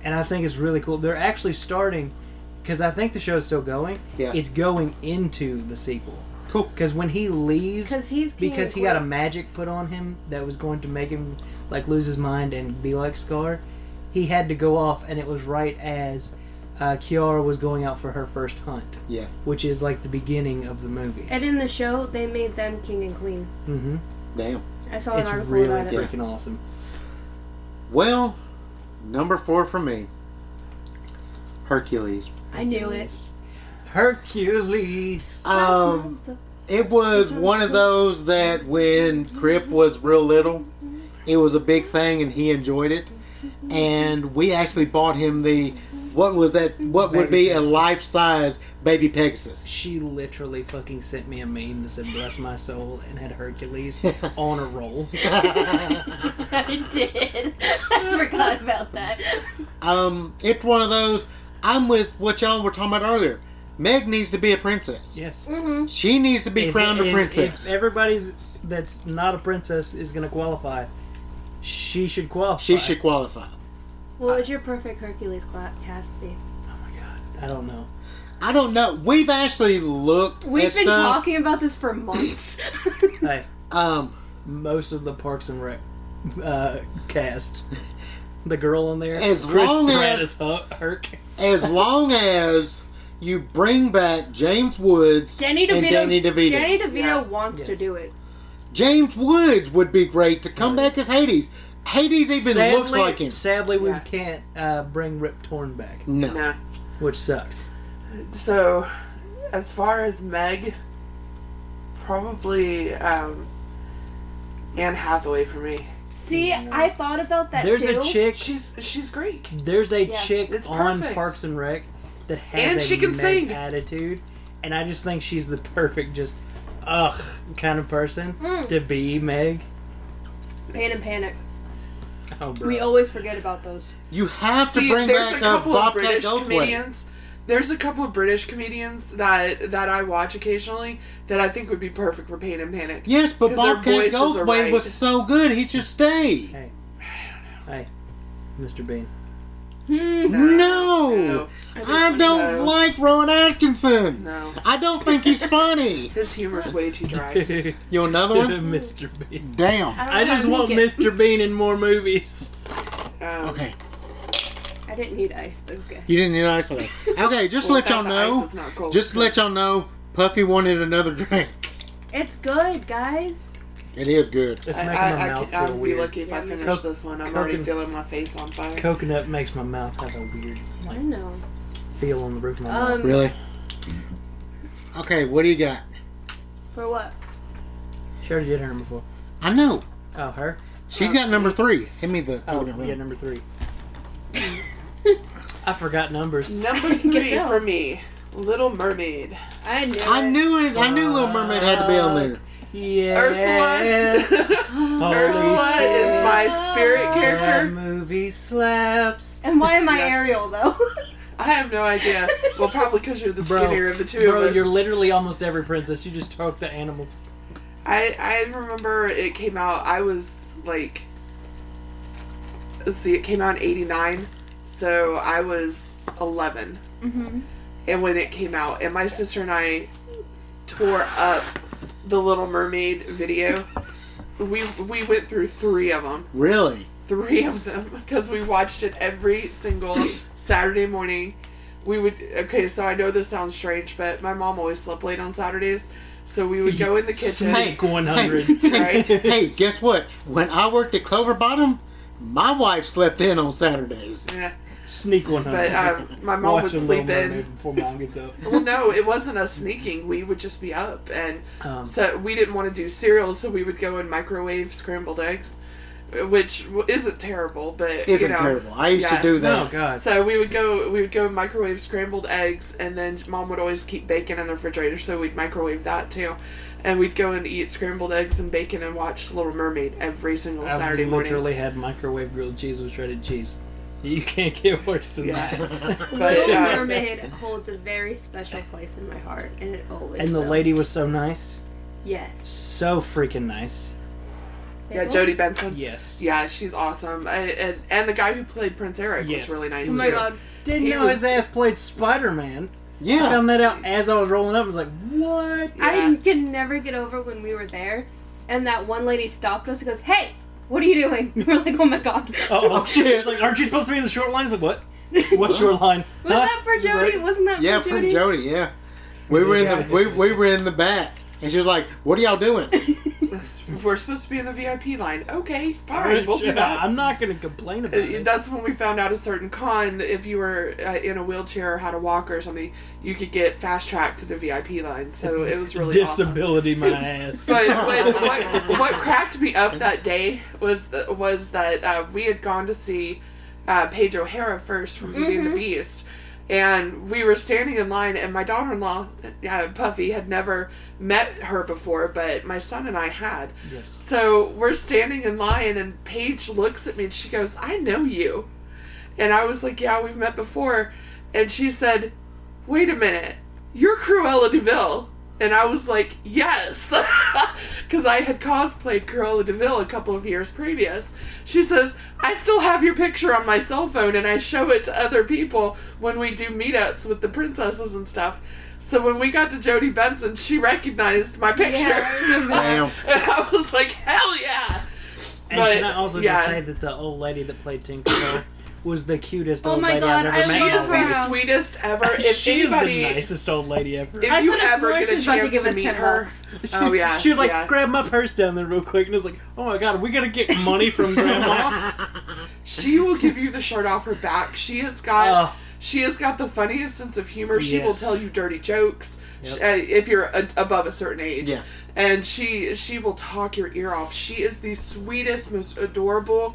and I think it's really cool. They're actually starting because I think the show is still going. Yeah. It's going into the sequel Cool. because when he leaves, Because he's king because of he got a magic put on him that was going to make him like lose his mind and be like Scar. He had to go off, and it was right as uh, Kiara was going out for her first hunt, Yeah. which is like the beginning of the movie. And in the show, they made them king and queen. Mm-hmm. Damn. I saw an It's article really about it. freaking awesome. Well, number four for me Hercules. I knew it. Hercules. Um, it was one of those that when Crip was real little, it was a big thing and he enjoyed it. And we actually bought him the, what was that, what would Baby be a Pegasus. life size baby Pegasus. She literally fucking sent me a meme that said "Bless my soul" and had Hercules on a roll. I did. I forgot about that. Um, it's one of those. I'm with what y'all were talking about earlier. Meg needs to be a princess. Yes. Mm-hmm. She needs to be If- crowned a if- princess. If everybody's that's not a princess is going to qualify, she should qualify. she should qualify. What would your perfect Hercules cla- cast be? Oh my god, I don't know. I don't know. We've actually looked. We've at been stuff. talking about this for months. Hey, Um, most of the Parks and Rec uh, cast, the girl in there, As Chris long Pratt as- is Her- Herc. as long as you bring back James Woods Danny DeVito. and Danny DeVito, Danny DeVito Yeah. wants to Yes. do it. James Woods would be great to come back as Hades. Hades even looks Sadly, like him. sadly we Yeah. can't uh, bring Rip Torn back, No. Nah. which sucks. So, as far as Meg, probably um, Anne Hathaway for me. See, I thought about that There's too. a chick. She's she's Greek. There's a Yeah, chick it's on perfect. Parks and Rec that has And a she can Meg sing. attitude, and I just think she's the perfect just ugh kind of person Mm. to be Meg. Pan and Panic. Oh, bro. We always forget about those. You have See, to bring there's back a uh, couple of Bobcat British Goldthwait. comedians. There's a couple of British comedians that that I watch occasionally that I think would be perfect for Pain and Panic. Yes, but Because their Bobcat voices are Goldthwait right. was so good, he should stay. hey, hey, Mr. Bean. Hmm. No. no, I don't No. like Ron Atkinson. no. I don't think he's funny. His humor's way too dry. Mr. You want another one? Bean. Damn. don't I know how just to want make it. Mr. Bean in more movies. Um, Okay. I didn't need ice, but okay. You didn't need ice one. Okay, just to let y'all without the ice, know. it's not cold. Just to let y'all know, Puffy wanted another drink. It's good, guys. It is good. It's I, making I, my I, mouth can- I'll feel be weird. lucky if I Yeah, me finish too. this one. I'm Coke already and- feeling my face on fire. Coconut makes my mouth have a weird I like know. feel on the roof of my mouth. Um, Really? Okay, what do you got? For what? Um, She already did her number four. I know. Oh, her. She's got number three. Hit me the. Oh, yeah, number three. I forgot numbers. Number three job. for me, Little Mermaid. I knew. I knew it. I knew Little Mermaid had to be on there. Yeah. Ursula. Holy Ursula shit. Um, is my spirit That character. movie slaps. And why am I Yeah. Ariel though? I have no idea. Well, probably because you're the Bro, skinnier of the two Bro, of us. you're literally almost every princess. You just took the animals. I I remember it came out. I was like, let's see, it came out in '89, so I was 11, mm-hmm. and when it came out, and my sister and I tore up the Little Mermaid video. we we went through three of them, Really? three of them, because we watched it every single Saturday morning. We would okay, so I know this sounds strange, but my mom always slept late on Saturdays, so we would go in the kitchen. Hey, Snake 100. Hey, Right. hey, guess what? When I worked at Clover Bottom, my wife slept in on Saturdays. Yeah, Sneak 100. but um, my mom Watch would Little sleep in. Mermaid Before mom gets up. Well, no, it wasn't us sneaking. We would just be up, and Um, so we didn't want to do cereal, so we would go and microwave scrambled eggs, which w- isn't terrible, but Isn't you know, terrible. I used yeah. to do that. oh, God. So we would go, we would go microwave scrambled eggs, and then mom would always keep bacon in the refrigerator, so we'd microwave that too, and we'd go and eat scrambled eggs and bacon and watch Little Mermaid every single I've Saturday morning. literally had microwave grilled cheese with shredded cheese. You can't get worse than Yeah. that. But, Little yeah. Mermaid holds a very special place in my heart, and it always. and the will. lady was so nice. Yes. So freaking nice. Yeah, Pickle? Jodie Benson. Yes. Yeah, she's awesome, I, and and the guy who played Prince Eric Yes. was really nice Oh my too. god. Didn't He know was- his ass played Spider Man. I Yeah. found that out as I was rolling up. I was like, what? Yeah. I can never get over when we were there, and that one lady stopped us and goes, "Hey, what are you doing?" We were like, "Oh my god." Oh, Oh, shit. It's like, aren't you supposed to be in the short line? It's like, what? What's your line? Was that for Jody? Wasn't that Yeah, for from Jody? Jody, yeah. We were Yeah. in the we, we were in the back and she was like, What are y'all doing? We're supposed to be in the VIP line. Okay, fine, Alright, we'll do sure, that. I'm not going to complain about Uh, it. That's when we found out a certain con, if you were uh, in a wheelchair or had a walker or something, you could get fast track to the VIP line. So it was really awesome. Disability, my ass. But when, what, what cracked me up that day was was that uh, we had gone to see uh, Paige O'Hara first from Beauty and the Beast, and we were standing in line, and my daughter-in-law, uh, Puffy, had never met her before, but my son and I had. yes. So we're standing in line, and Paige looks at me and she goes, I know you. And I was like, Yeah, we've met before. And she said, Wait a minute, you're Cruella DeVille. And I was like, Yes. Because I had cosplayed Cruella DeVille a couple of years previous. She says, I still have your picture on my cell phone and I show it to other people when we do meetups with the princesses and stuff. So when we got to Jodie Benson, she recognized my picture. Yeah, I remember that. Damn. And I was like, hell yeah! And But, can I also yeah. just say that the old lady that played Tinkerbell was the cutest Oh old my lady God, I've I ever She met. is love in my life. the sweetest ever. If she anybody, is the nicest old lady ever. if I you could've ever sworn get she a was about to chance give to us meet 10 her, bucks. oh yeah, She was like, yeah. grab my purse down there real quick, and it's like, oh my god, are we gonna get money from grandma? she will give you the shirt off her back. She has got. Oh. she has got the funniest sense of humor. She will Yes. tell you dirty jokes Yep. sh- uh, if you're a, above a certain age. Yeah. And she she will talk your ear off. She is the sweetest, most adorable,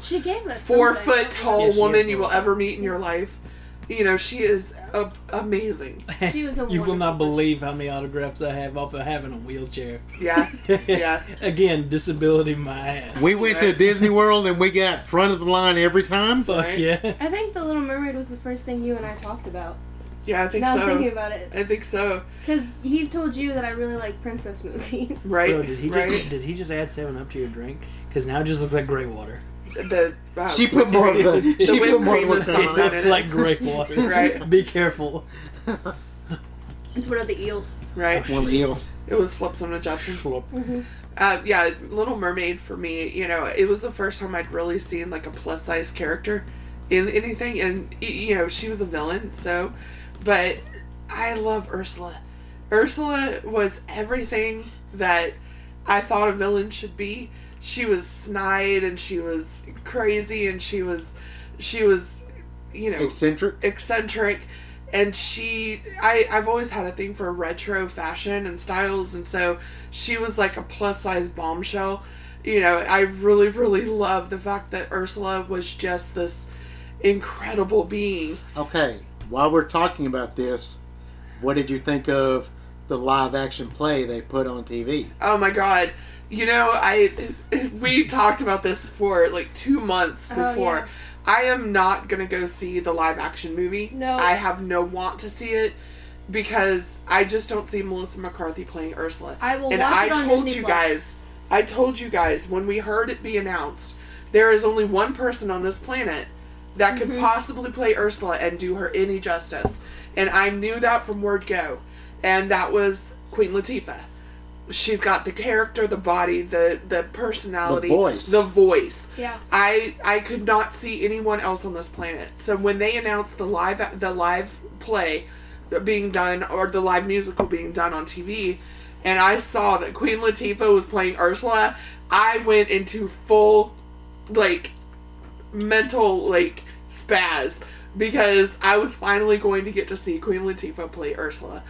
She gave us four something. foot tall Yeah, she woman is you will awesome. ever meet in your life. You know she is a- amazing. She was a Oh, you will not wonderful believe how many autographs I have off of having a wheelchair. Yeah, yeah. Again, disability my ass. We went to Disney World and we got front of the line every time. Fuck Right. yeah. I think the Little Mermaid was the first thing you and I talked about. Yeah, I think now so. I'm thinking about it, I think so. because he told you that I really like princess movies. Right. Bro, did he right. just did he just add seven up to your drink? Because now it just looks like grey water. the uh, She put more of the, The she put whipped more cream of is the on It it. on. looks like grey water. Right. Be careful. It's one of the eels. right. Oh. Well, heel. It was Flipson and Jepson. Uh, yeah, Little Mermaid for me. You know, it was the first time I'd really seen like a plus size character in anything, and y- you know she was a villain. So, but I love Ursula. Ursula was everything that I thought a villain should be. She was snide and she was crazy and she was, she was, you know, Eccentric. eccentric and she I, i've always had a thing for retro fashion and styles and so she was like a plus size bombshell you know i really really love the fact that ursula was just this incredible being Okay, while we're talking about this, what did you think of the live action play they put on TV? oh my god you know i we talked about this for like two months Oh, before yeah. i am not gonna go see the live action movie No. i have no want to see it because i just don't see melissa mccarthy playing ursula I will and watch I it on told Disney you Plus. guys, I told you guys when we heard it be announced, there is only one person on this planet that Mm-hmm. could possibly play Ursula and do her any justice, and I knew that from word go, and that was Queen Latifah. she's got the character, the body, the the personality, The voice. the voice. Yeah. I I could not see anyone else on this planet. So when they announced the live the live play being done or the live musical being done on TV, and I saw that Queen Latifah was playing Ursula, I went into full like mental like spaz because I was finally going to get to see Queen Latifah play Ursula,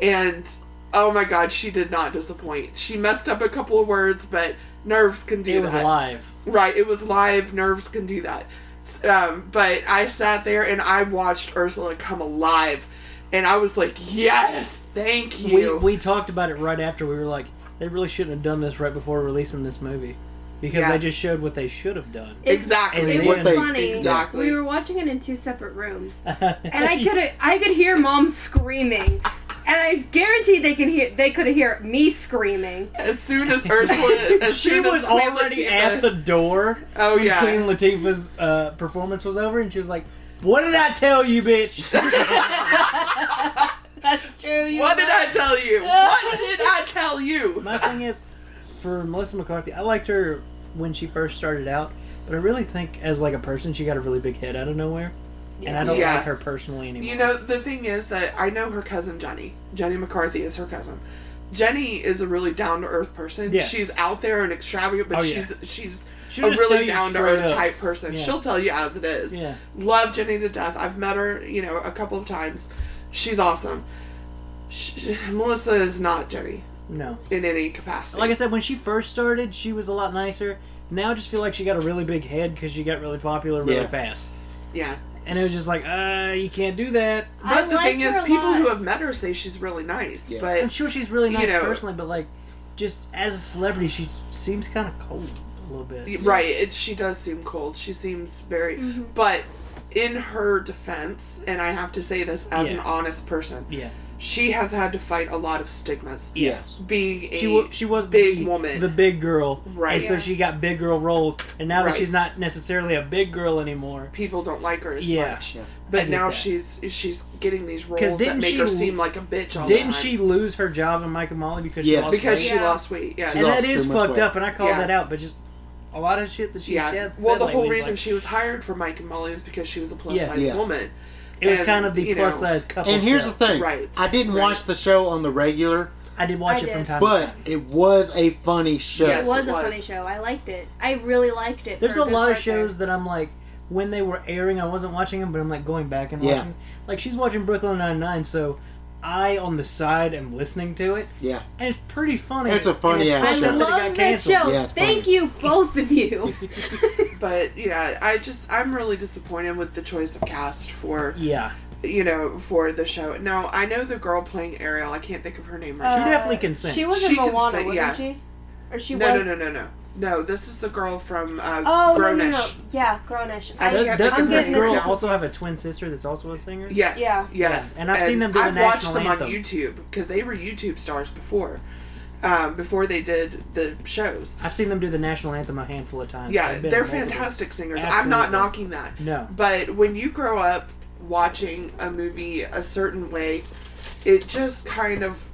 and oh my god, she did not disappoint. She messed up a couple of words, but nerves can do It was that. live. Right, it was live. Nerves can do that. S- Um, but I sat there and I watched Ursula come alive, and I was like, "Yes, thank We, you." we talked about it right after. We were like, they really shouldn't have done this right before releasing this movie because Yeah. they just showed what they should have done. It- exactly. It And was then- funny. Exactly. We were watching it in two separate rooms, and I could I could hear mom screaming, and I guarantee they can hear they could hear me screaming. as soon as Ursula, as she soon was as Queen already Latifah- at the door. Oh, when yeah. Queen Latifah's uh, performance was over, and she was like, "What did I tell you, bitch?" That's true. You What did were. I tell you? What did I tell you? My thing is, for Melissa McCarthy, I liked her when she first started out, but I really think as like a person, she got a really big head out of nowhere, and I don't Yeah. like her personally anymore. You know, the thing is that I know her cousin Jenny. Jenny McCarthy is her cousin. Jenny is a really down to earth person. Yes. She's out there and extravagant, but Oh, yeah. she's she's She'll a just tell really you down to straight earth up. type person. Yeah. She'll tell you as it is. Yeah. Love Jenny to death. I've met her, you know, a couple of times. She's awesome. Sh Melissa is not Jenny no. in any capacity. Like I said, when she first started, she was a lot nicer. Now I just feel like she got a really big head because she got really popular really Yeah. fast. yeah. And it was just like, uh, you can't do that. I But the liked thing her is, a people who lot. have met her say she's really nice. Yeah. I'm But sure she's really You nice know- personally, but like, just as a celebrity, she seems kind of cold a little bit. Right, it, she does seem cold. She seems very, Mm-hmm. but in her defense, and I have to say this as an Yeah. honest person, Yeah. she has had to fight a lot of stigmas. Yes. Being a She, wa- she was big the, woman. the big girl, Right. And so Yeah. she got big girl roles, and now that she's Right. not necessarily a big girl anymore, people don't like her as Yeah. much. Yeah. I But get now that. she's she's getting these roles that didn't make she her l- seem like a bitch all didn't the time. she lose her job in Mike and Molly because Yeah. she lost Because weight? she Yeah. lost weight. Yeah. and lost that is too much fucked weight. up, and I called Yeah. that out, but just a lot of shit that she yeah. said. well, said the lately whole was reason like- she was hired for Mike and Molly is because she was a plus Yeah. size Yeah. woman. it was and, kind of the you plus know, size couple. And here's show. the thing. Right. I didn't Right. watch the show on the regular, I did watch I it from did. time to but time. it was a funny show. Yes. It was a was. funny show. I liked it. I really liked it. There's for a good lot of part there. shows that I'm like, when they were airing, I wasn't watching them, but I'm like going back and Yeah. watching. Like she's watching Brooklyn Nine Nine, so I on the side am listening to it, Yeah. and it's pretty funny. It's a funny ass And it's I show. funny that it got love that canceled. show. Yeah, it's Thank you, both of you. But yeah, I just I'm really disappointed with the choice of cast for Yeah, you know, for the show. Now, I know the girl playing Ariel. I can't think of her name right she now. definitely can sing. She was She in can Moana, sing, wasn't yeah. she? Or Uh, she No, was. no, no, no, no. No, this is the girl from uh, Oh no, no, Grownish. no. Yeah, Grownish. I Does, yeah, doesn't I'm this getting this girl down. also have a twin sister that's also a singer? Yes. Yeah. Yes. Yeah, and I've seen them do the I've watched national them on anthem. YouTube because they were YouTube stars before, um, before they did the shows. I've seen them do the national anthem a handful of times. Yeah, I've been they're to multiple. fantastic singers. I'm not Absolutely. knocking that. No. But when you grow up watching a movie a certain way, it just kind of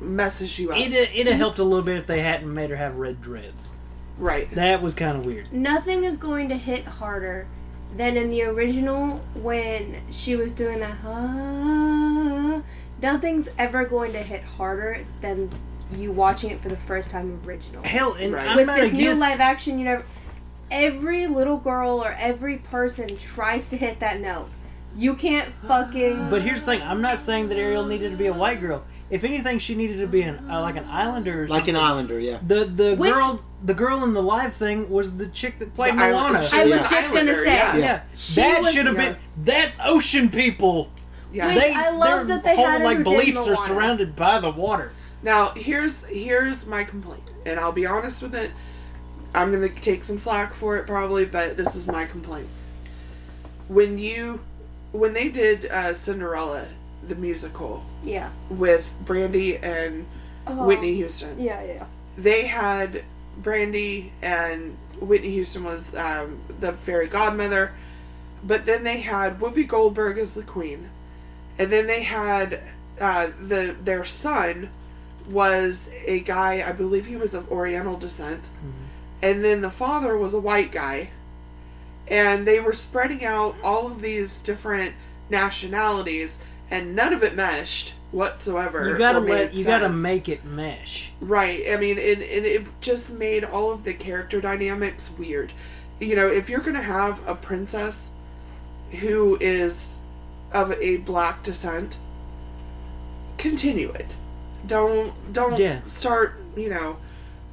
messes you up. It'd, it'd have helped a little bit if they hadn't made her have red dreads. Right. That was kind of weird. Nothing is going to hit harder than in the original when she was doing that. "Ah." nothing's ever going to hit harder than you watching it for the first time original. Hell, and Right. I'm With not this new against- live action, you never. Every little girl or every person tries to hit that note. You can't fucking. But here's the thing: I'm not saying that Ariel needed to be a white girl. If anything, she needed to be an uh, like an Islander. Or Like something. an Islander, yeah. The the Which- girl the girl in the live thing was the chick that played The Isla- Moana. she I was Yeah. just gonna Islander, say. yeah. yeah, She that was- should have Yeah. been that's ocean people. Yeah. Which I love their that they whole had her like who did beliefs are Moana. surrounded by the water. Now here's here's my complaint, and I'll be honest with it. I'm gonna take some slack for it probably, but this is my complaint. When you when they did uh, Cinderella the musical Yeah. with Brandy and Oh. Whitney Houston, Yeah, yeah. they had Brandy and Whitney Houston was um, the fairy godmother, but then they had Whoopi Goldberg as the queen, and then they had uh, the their son was a guy, I believe he was of Oriental descent, Mm-hmm. and then the father was a white guy. And they were spreading out all of these different nationalities, and none of it meshed whatsoever. You gotta or made let you gotta sense. make it mesh. Right. I mean, and, and it just made all of the character dynamics weird. You know, if you're going to have a princess who is of a black descent, continue it. Don't don't Yeah. start, you know,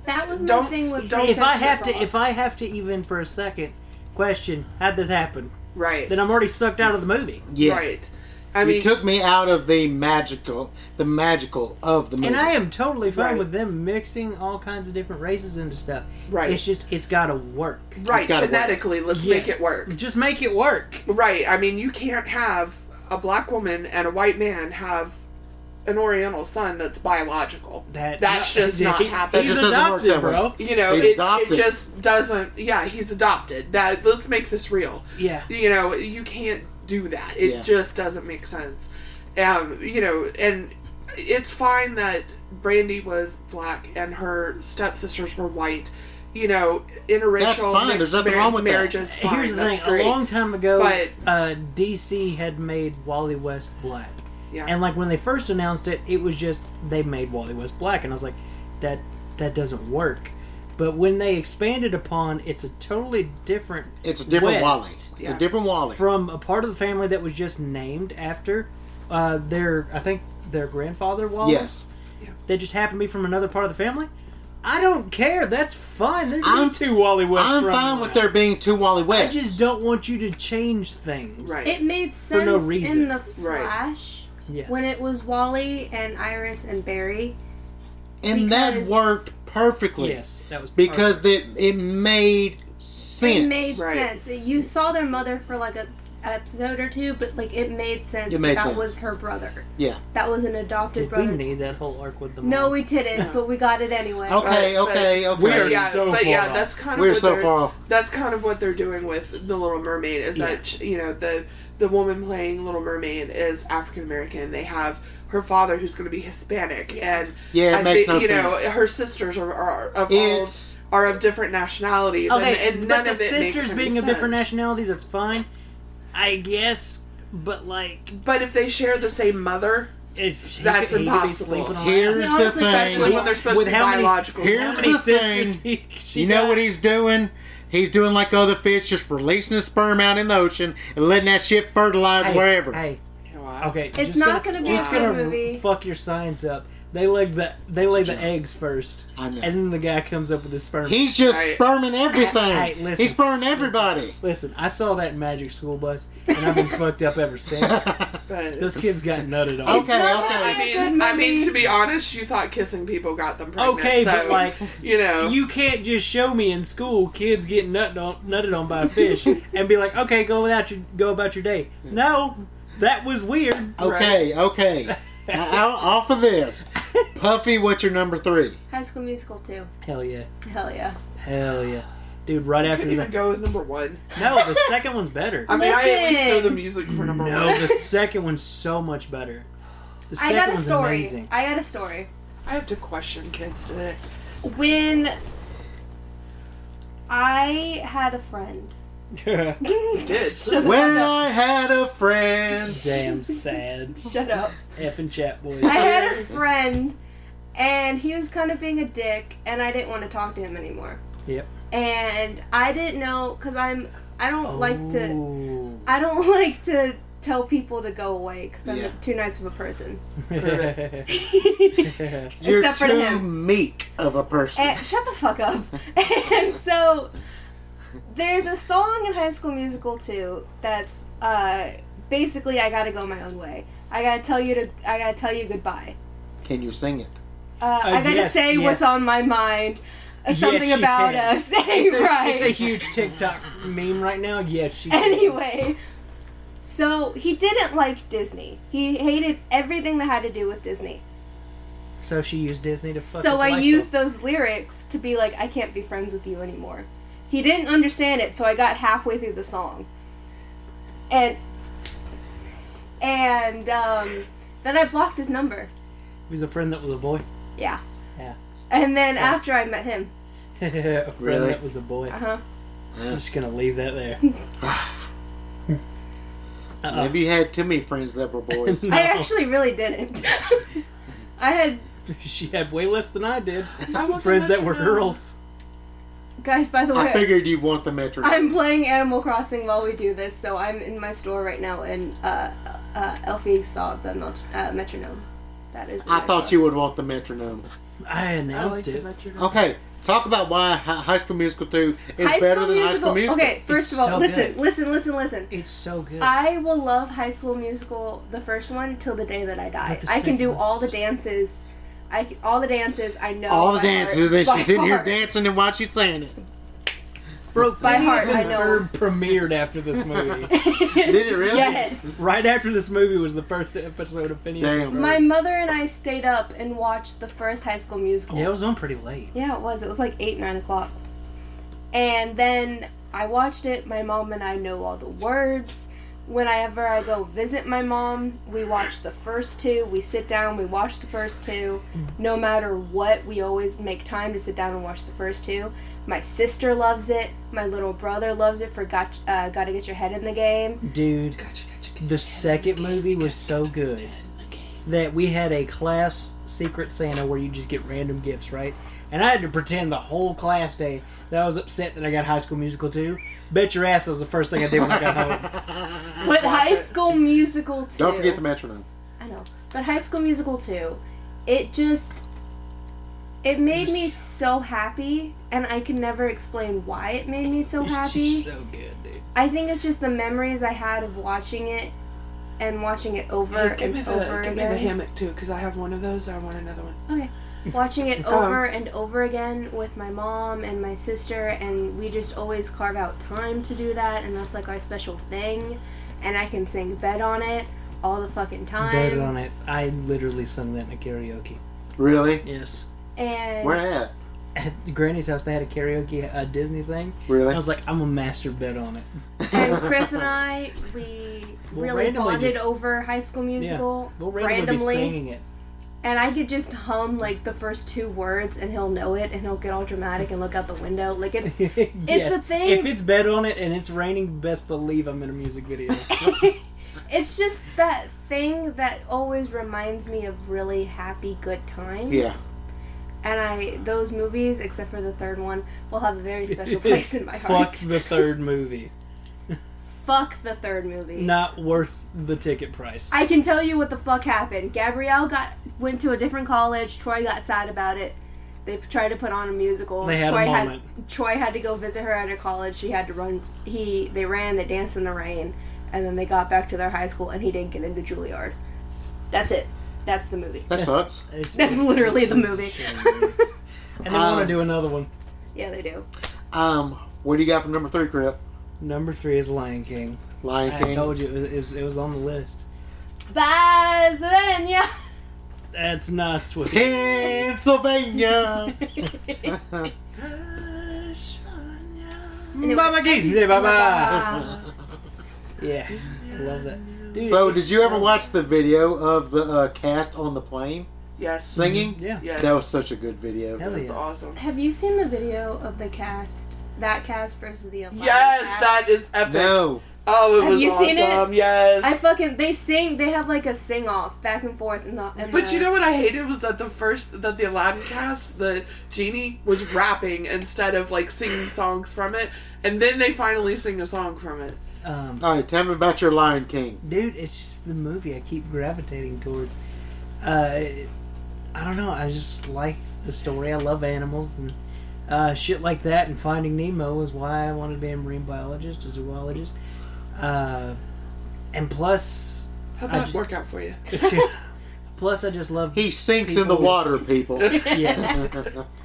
That was my Don't- thing with don't- If I That's have to, if I have to even for a second question, how'd this happen? right. Then I'm already sucked out of the movie. Yeah. Right. I it mean, took me out of the magical, the magical of the movie. And I am totally fine Right. with them mixing all kinds of different races into stuff. Right. It's just it's got to work. right, It's gotta work. genetically, let's make Yes. it work. Just make it work. Right. I mean, you can't have a black woman and a white man have an oriental son that's biological. That- that's no, just he- not he- happening. That He's just doesn't work adopted, that way. bro. you know, He's it, it adopted. just doesn't. Yeah, he's adopted. That let's make this real. Yeah. You know, you can't do that. It Yeah. just doesn't make sense. Um, you know, and it's fine that Brandy was black and her stepsisters were white. You know, interracial fine. There's mixed nothing wrong with that. marriages. Fine. Here's the that's thing: great. a long time ago, But- uh, DC had made Wally West black, yeah. and like when they first announced it, it was just they made Wally West black, and I was like, that that doesn't work. But when they expanded upon, it's a totally different. It's a different Wally. West It's Yeah. a different Wally. from a part of the family that was just named after uh, their, I think their grandfather Wally. yes. that just happened to be from another part of the family. I don't care. That's fine. There's I'm- two Wally West. I'm running fine with around. there being two Wally I Wests. just don't want you to change things. right. It made sense no in reason. the Right. Flash Yes. when it was Wally and Iris and Barry. and that because- worked perfectly. Yes, that was Because it, it made sense. It made Right. sense. You saw their mother for like a episode or two, but like it made sense. It made that sense. was her brother. Yeah. That was an adopted perfect. brother. we need that whole arc with the no, mom. we didn't, but we got it anyway. Okay, But- okay, but- okay. We are yeah, so but far yeah, off. that's kind of We're what so they're- far off. That's kind of what they're doing with the Little Mermaid is that sh- you know the the woman playing Little Mermaid is African American. They have her father who's going to be Hispanic, and Yeah, it I makes think, no you know her sisters are, are of all It's- are of different nationalities, Okay, and, and but none the of it sisters makes any being of sense. different nationalities, that's fine. I guess, but like, But if they share the same mother, if he That's could- he could be impossible. sleeping on Here's that. No, the it's thing. especially when they're supposed With to be how many- biological, Here's how mothers. many the sisters thing. he, she You know got? what he's doing? He's doing like other fish, just releasing his sperm out in the ocean and letting that shit fertilize Hey, wherever. Hey, Okay, It's just not gonna, gonna be just a good gonna movie. Fuck your science up. They lay the they lay the joke. eggs first, I know. and then the guy comes up with his sperm. He's just Hey. sperming Hey, everything. listen. he's sperming everybody. Listen, I saw that in Magic School Bus, and I've been fucked up ever since. but Those kids got nutted on. It's Okay, not okay. gonna I be a mean, good movie. I mean, to be honest, you thought kissing people got them pregnant. Okay, so, but like you know, you can't just show me in school kids getting nutted on nutted on by a fish and be like, okay, go without your go about your day. No, that was weird. Okay, okay. Now, out, off of this. Puffy, what's your number three? High School Musical too. Hell yeah, Hell yeah. hell yeah, dude. Right I after couldn't even that, go with number one. no, the second one's better. I mean, I at least know Listen. the music for number No, one. the second one's so much better. The I second got a one's story. amazing. I got a story. I have to question kids today. When I had a friend. You did. Shut When up. I had a friend. Damn sad. Shut up. Effing chat boys. I had a friend, and he was kind of being a dick, and I didn't want to talk to him anymore. Yep. And I didn't know because I'm I don't like Oh. to Ooh. I don't like to tell people to go away because I'm Yeah. two nights of a person. Perfect. You're Except for too him. Eh. meek of a person. And, shut the fuck up. and so there's a song in High School Musical too that's uh, basically I gotta go my own way. I gotta tell you to I gotta tell you goodbye. Can you sing it? Uh, I gotta yes, say yes. what's on my mind. Uh, Yes, something you about can. us. It's a- right. It's a huge TikTok meme right now. Yes, she. anyway, so he didn't like Disney. He hated everything that had to do with Disney. So she used Disney to fuck. So his I life used up. those lyrics to be like, I can't be friends with you anymore. He didn't understand it, so I got halfway through the song, and and um, then I blocked his number. He was a friend that was a boy. Yeah. Yeah. And Oh. then after I met him. a friend Really? that was a boy. Uh huh. I'm Yeah. just gonna leave that there. Uh-oh. Maybe you had too many friends that were boys. No. I actually really didn't. I had she had way less than I did. I want the Friends that were metronome. girls. guys. By the I way, figured you want the metric. I'm playing Animal Crossing while we do this, so I'm in my store right now, and uh, uh, Elfie saw the mel- uh, metronome. That is. in I my thought store. you would want the metronome. I I like announced the it. metronome. Okay, talk about why Hi- High School Musical 2 is High better School than High Musical. School Musical. Okay, first It's of all, so listen, good. listen, listen, listen. It's so good. I will love High School Musical, the first one, till the day that I die. But the I can do second all the one's- dances. I c- all the dances I know. All the by heart, dances, and by she's in here heart. dancing, and why she's saying it? broke by Phineas heart, I and know. Ferb premiered after this movie. Did it really? Yes. right after this movie was the first episode of Phineas. and Damn. Ferb. My mother and I stayed up and watched the first High School Musical. yeah, it was on pretty late. Yeah, it was. It was like eight, nine o'clock. And then I watched it. My mom and I know all the words. Whenever I go visit my mom, we watch the first two. We sit down, we watch the first two. No matter what, we always make time to sit down and watch the first two. My sister loves it. My little brother loves it for got, uh, Gotta Get Your Head in the Game. Dude, Gotcha, gotcha, gotcha. the second movie was so good that we had a class secret Santa where you just get random gifts, right? And I had to pretend the whole class day that I was upset that I got High School Musical 2. Bet your ass that was the first thing I did when I got home. But High School Musical 2. Don't forget the metronome. I know. But High School Musical 2, it just. It made me Yes. so happy, and I can never explain why it made me so It's happy. just so good, dude. I think it's just the memories I had of watching it and watching it over Hey, give me and the, over give me the again. hammock too, because I have one of those. I want another one. Watching Um, it over and over again with my mom and my sister, and we just always carve out time to do that, and that's like our special thing. And I can sing bed on it all the fucking time. Bet on it. I literally sung that in a karaoke. Really? Yes. And Where at? At Granny's house, they had a karaoke uh, Disney thing. Really? I was like, I'm a master bet on it. and Crip and I, we We'll really randomly bonded just- over High School Musical We'll randomly, be randomly, singing it. and I could just hum like the first two words, and he'll know it, and he'll get all dramatic and look out the window. Like it's Yes. a thing. If it's bet on it and it's raining, best believe I'm in a music video. it's just that thing that always reminds me of really happy, good times. Yeah. And I those movies, except for the third one, will have a very special place in my heart. Fuck the third movie. Fuck the third movie. Not worth the ticket price. I can tell you what the fuck happened. Gabrielle got went to a different college. Troy got sad about it. They p- tried to put on a musical. They had a Troy moment. had Troy had to go visit her at her college. She had to run. He they ran. They danced in the rain, and then they got back to their high school. And he didn't get into Juilliard. That's it. That's the movie. That sucks. It's- That's literally the movie. and I want Um, to do another one. yeah, they do. Um, what do you got for number three, Crip? Number three is Lion King. Lion I King. told you it was, it was, it was on the list. Pennsylvania. That's not sweet. Pennsylvania. Baba Keith, yeah, baba. Yeah, I love that. so, did you ever watch the video of the uh, cast on the plane Yes. singing? Yeah. Yes. That was such a good video. Hell That's yeah. awesome. Have you seen the video of the cast? That cast versus the Atlanta Yes, cast? that is epic. No. Oh, it Have was you awesome. seen it? Yes. I fucking they sing they have like a sing off back and forth in the. In But the- you know what I hated was that the first that the Aladdin cast, the genie was rapping instead of like singing songs from it, and then they finally sing a song from it. Um, All right, tell me about your Lion King. dude it's just the movie i keep gravitating towards uh i don't know i just like the story i love animals and uh shit like that and finding nemo is why i wanted to be a marine biologist a zoologist uh and plus How'd I that ju- work out for you? plus i just love He sinks in the People. water, people. yes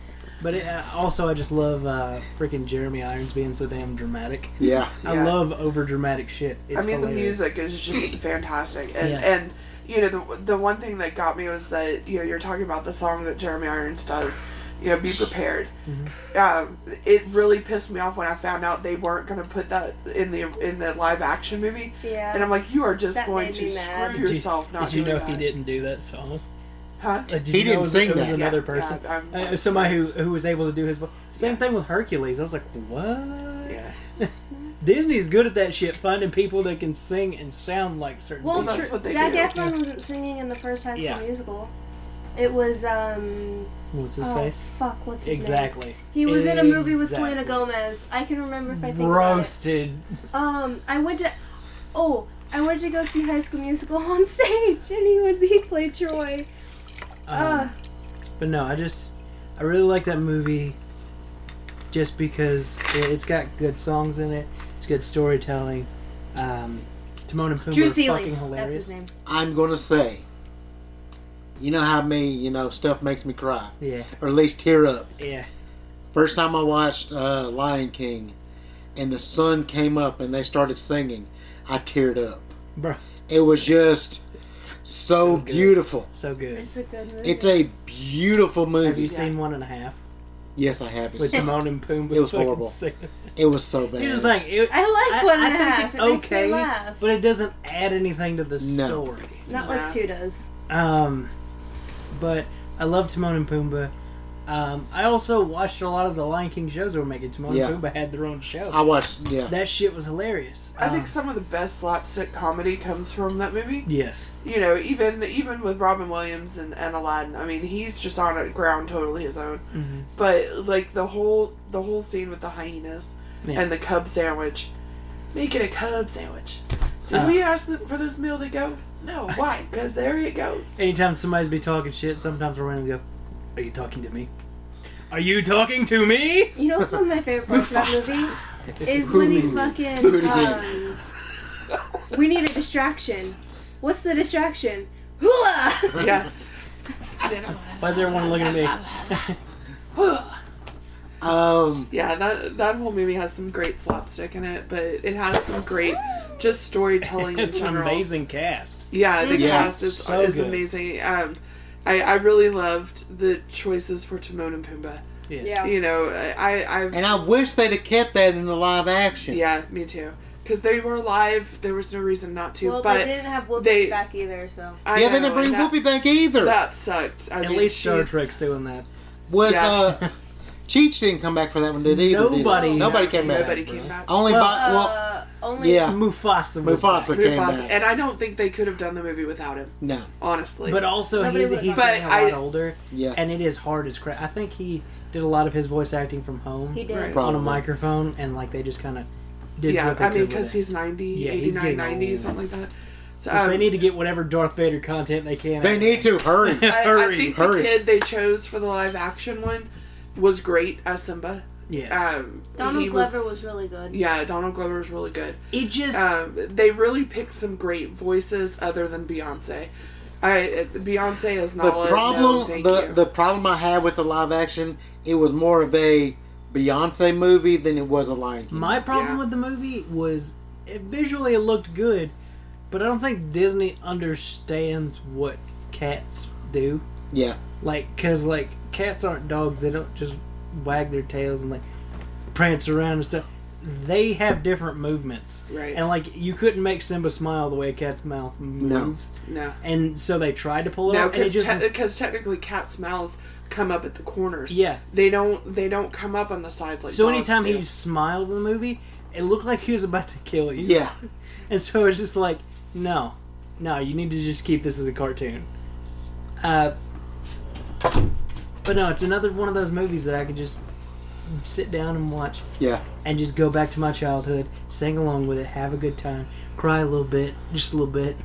but it, uh, also i just love uh freaking jeremy irons being so damn dramatic yeah. i Yeah. love over dramatic shit it's I mean, hilarious. the music is just fantastic, and Yeah. and you know the the one thing that got me was that you know you're talking about the song that Jeremy Irons does. You know, be prepared. Um, it really pissed me off when I found out they weren't going to put that in the in the live action movie, Yeah. and I'm like, you are just That going made to me mad. screw Did you- yourself not did you doing know that. he didn't do that song Huh? Uh, did He you know didn't it was, sing it was that. another Yeah, person. yeah, I'm- uh, somebody who, who was able to do his vo- Same Yeah. thing with Hercules. I was like, what? Yeah. Disney's good at that shit, finding people that can sing and sound like certain Well, people. that's tr- what they Zach do. Efron wasn't singing in the first High School Yeah. Musical. It was um What's his oh face? fuck what's his name? Exactly. He was in a movie with Exactly. Selena Gomez. I can remember if I think Roasted. about it. Um, I went to oh I went to go see High School Musical on stage, and he was he played Troy. Uh, Um, But no, I just I really like that movie just because it- it's got good songs in it. It's good storytelling. Um, Timon and uh, Pumbaa Drew are Seeley. fucking hilarious. That's his name. I'm gonna say, you know how me, you know, stuff makes me cry Yeah, or at least tear up. yeah. First time I watched uh, Lion King, and the sun came up and they started singing, I teared up. Bro, It was just so, So good. beautiful. so good. It's a good movie. It's a beautiful Have movie. you seen one and a half yes, I have. with It's, Timon and Pumbaa? It was fucking horrible. singing? it was so bad. Here's the thing. It, I like I- one I and a think half. it's It makes me okay, laugh. but it doesn't add anything to the No. story. Not Yeah. like two does. Um, but I love Timon and Pumbaa. Um, I also watched a lot of the Lion King shows that were making. Timon Yeah. and Pumbaa had their own show. I watched. Yeah, That shit was hilarious. I think Um, some of the best slapstick comedy comes from that movie. Yes. You know, even even with Robin Williams and, and Aladdin, I mean, he's just on a ground totally his own. Mhm. But like the whole the whole scene with the hyenas Yeah. and the cub sandwich, make it a cub sandwich. Did Uh. we ask them for this meal to go? No, why? Because there it goes. Anytime somebody's be talking shit, sometimes we're gonna go, "Are you talking to me? Are you talking to me?" You know what's one of my favorite parts of that movie? Is when he Hulu. Do it fucking again. um, We need a distraction. What's the distraction? Hula Yeah. Why is everyone looking at me? um, Yeah, that that whole movie has some great slapstick in it, but it has some great just storytelling in It's an general. amazing cast. Yeah, the Yeah, cast is, so is good. amazing. Um, I, I really loved the choices for Timon and Pumbaa. Yes. Yeah. You know, I I've and I wish they'd have kept that in the live action. yeah, me too. Because they were live, there was no reason not to. Well but they didn't have Whoopi they- back either, so I yeah, they know, didn't bring and that, Whoopi back either. That sucked. I At mean, least Star she's- Trek's doing that. was yeah. uh, Cheech didn't come back for that one, did he? Nobody- nobody came back. Nobody came back. Only Well, by, well, uh, only yeah. Mufasa. was Mufasa back. came Mufasa- back. and I don't think they could have done the movie without him. No, Honestly, But also, Nobody he's, would've he's known. getting a But lot I- older, yeah, and it is hard as crap. I think he did a lot of his voice acting from home he did. Right. on a Probably. microphone, and like they just kind of did yeah, what they I mean, could with because it. he's 90, Yeah, he's 89, getting 90, old. something like that. So So um, they need to get whatever Darth Vader content they can. they need to hurry. I, hurry, I think hurry. the kid they chose for the live action one was great as Simba. Yes. Um, Donald he Glover was, really good. yeah, Donald Glover was really good. it just Um, they really picked some great voices other than Beyonce. I Beyonce is The Oh, not a- no, problem, thank the you. the problem I had with the live action, it was more of a Beyonce movie than it was a Lion King. my problem yeah. with the movie was it, visually it looked good, but I don't think Disney understands what cats do. yeah, Like, cause like cats aren't dogs; they don't just wag their tails and like prance around and stuff. They have different movements, Right. And like you couldn't make Simba smile the way a cat's mouth moves, no, and so they tried to pull it no, off, and it because just technically cat's mouths come up at the corners. yeah. they don't they don't come up on the sides like. So dogs anytime do. he smiled in the movie, it looked like he was about to kill you. yeah. And so it's just like, no, no, you need to just keep this as a cartoon. Uh, but no, it's another one of those movies that I could just sit down and watch Yeah, and just go back to my childhood, sing along with it, have a good time, cry a little bit, just a little bit.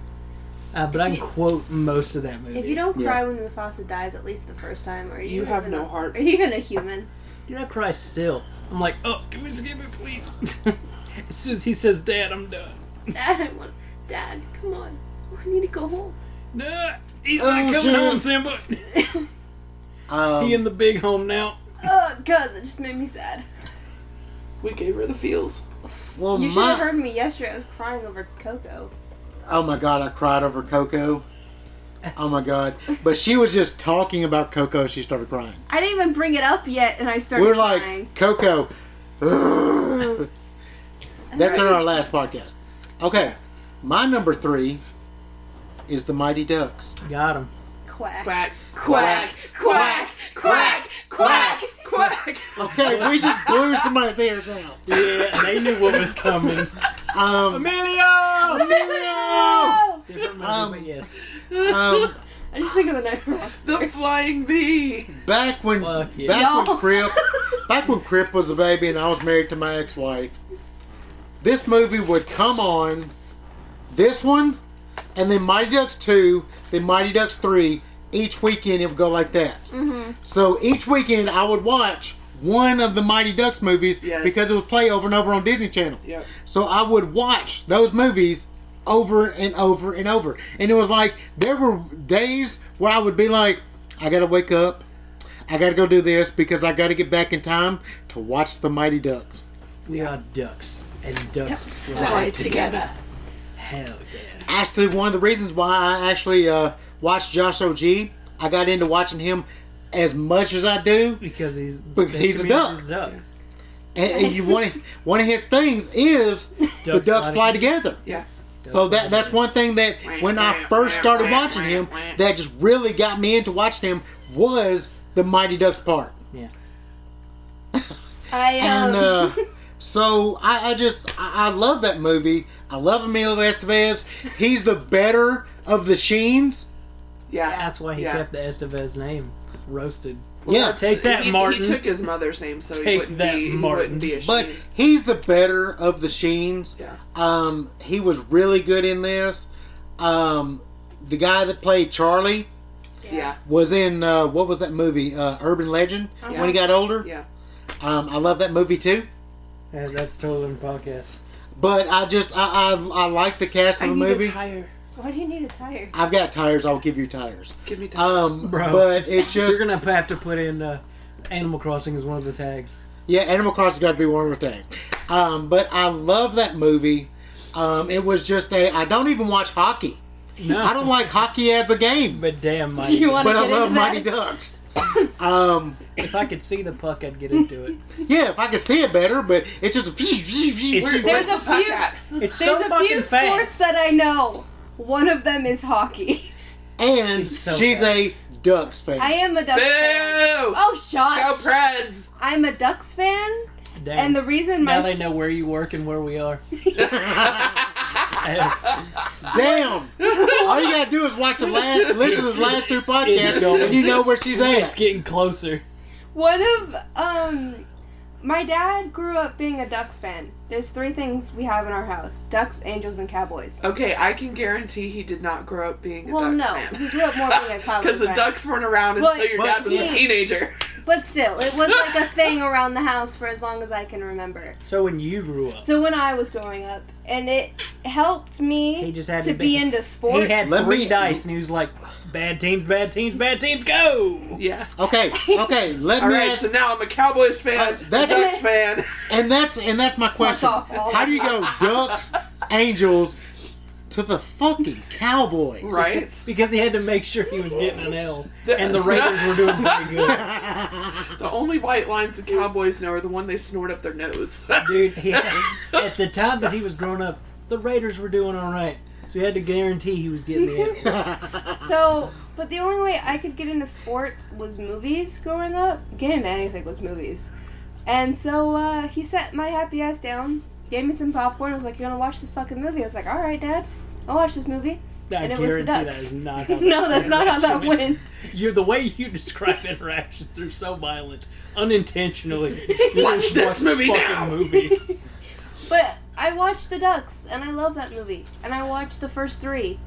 Uh, but I can If you- quote most of that movie. If you don't Yeah. cry when Mufasa dies, at least the first time, are you, You have even no a- heart. Are you even a human? Dude, I cry still. I'm like, oh, give me, give me, please. as soon as he says, Dad, I'm done. Dad, I want. Dad, come on. I need to go home. No, he's Oh, not coming shit. home, Simba. um, He in the big home now. Oh god, that just made me sad. we gave her the feels. Oh, well, You should my have heard me yesterday. I was crying over Coco. oh my god, I cried over Coco. Oh my god, but she was just talking about Coco. She started crying. I didn't even bring it up yet, and I started We were like crying. Coco. That's in our last podcast. Okay, my number three is the Mighty Ducks. Got him. Of Quack. Quack. Quack. Quack. Quack. Quack. Quack. Okay, we just blew somebody theirs out. Yeah, they knew what was coming. Um, Emilio! Emilio! Oh, Different movie, Um, but yes. Um, I just think of the night rocks. The flying bee. back when Fuck yeah. back Y'all. when Crip back when Crip was a baby and I was married to my ex-wife, this movie would come on, this one, and then Mighty Ducks two, then Mighty Ducks three. Each weekend it would go like that. So each weekend I would watch one of the Mighty Ducks movies Yes. because it would play over and over on Disney Channel. Yep. So I would watch those movies over and over and over. And it was like there were days where I would be like, I gotta wake up, I gotta go do this because I gotta get back in time to watch the Mighty Ducks. We are ducks, and ducks fly. Fly together. Hell yeah. Actually, one of the reasons why I actually uh, watched Josh OG, I got into watching him as much as I do. Because he's But they he's a community duck. is ducks. And, and you, one, one of his things is the Ducks ducks fly fly together. Yeah. So that that's one thing that when I first started watching him, that just really got me into watching him was the Mighty Ducks part. Yeah. I um. And uh, so I, I just I, I love that movie. I love Emilio Estevez. He's the better of the Sheens. Yeah. That's why he Yeah. kept the Estevez name. Roasted. Yeah, Take that, he, Martin. He took his mother's name, so he Take wouldn't that, be. Martin. He wouldn't be but ashamed. he's the better of the Sheens. yeah. Um, he was really good in this. Um, the guy that played Charlie Yeah. was in uh, what was that movie? Uh, Urban Legend. When he got older. Yeah. Um, I love that movie too. Yeah, that's totally in podcast. But I just I I, I like the cast of the movie. tire. why do you need a tire? I've got tires. I'll give you tires. Give me tire. Um, Bro. but it's You're just gonna have to put in uh, Animal Crossing as one of the tags. yeah. Animal Crossing got to be one of the things. Um, but I love that movie. Um, it was just a. I don't even watch hockey. No, I don't like hockey as a game, But damn, Mike, Do you want to but I get love into that? Mighty Ducks. um, if I could see the puck, I'd get into it. yeah, if I could see it better, but it's just. There's a Where's the puck few- at? It's so There's a fucking few fast. sports that I know. One of them is hockey. and It's so she's bad. a Ducks fan. I am a Ducks fan. Boo! Oh, Go shush. Preds! I'm a Ducks fan, Damn. and the reason now my they know where you work and where we are. Damn! All you gotta do is watch the last, listen to the last two podcasts, It's going. and you know where she's it's at. getting closer. One of um my dad grew up being a Ducks fan. There's three things we have in our house. Ducks, Angels, and Cowboys. Okay, I can guarantee he did not grow up being a well Ducks no, he fan. grew up more being a Cowboys Because the fan. Ducks weren't around But- until your but dad was he- a teenager. But still, it was like a thing around the house for as long as I can remember. So when you grew up, So when I was growing up and it helped me He just had to to be be- into sports. he had Let three me- dice, and he was like, "Bad teams, bad teams, bad teams, go!" Yeah. Okay, okay, let All me right, ask, so now I'm a Cowboys fan, Uh, a that's- Ducks fan. and that's and that's my question. off, Wally. How do you go Ducks, Angels, to the fucking Cowboys? Right? Because he had to make sure he was getting an L, and the Raiders were doing pretty good. The only white lines the Cowboys know are the one they snort up their nose. Dude, he had, at the time that he was growing up, the Raiders were doing all right. So he had to guarantee he was getting the L. So, but the only way I could get into sports was movies growing up. Getting into anything was movies. And so uh, he sat my happy ass down, gave me some popcorn, was like, You gonna watch this fucking movie? I was like, Alright, Dad, I'll watch this movie. I And it was the guarantee that Ducks. is not how no, that's not how that interaction went. You're the way you describe interactions are so violent, unintentionally. Watch this Watch the movie fucking now. movie. But I watched The Ducks, and I love that movie. And I watched the first three.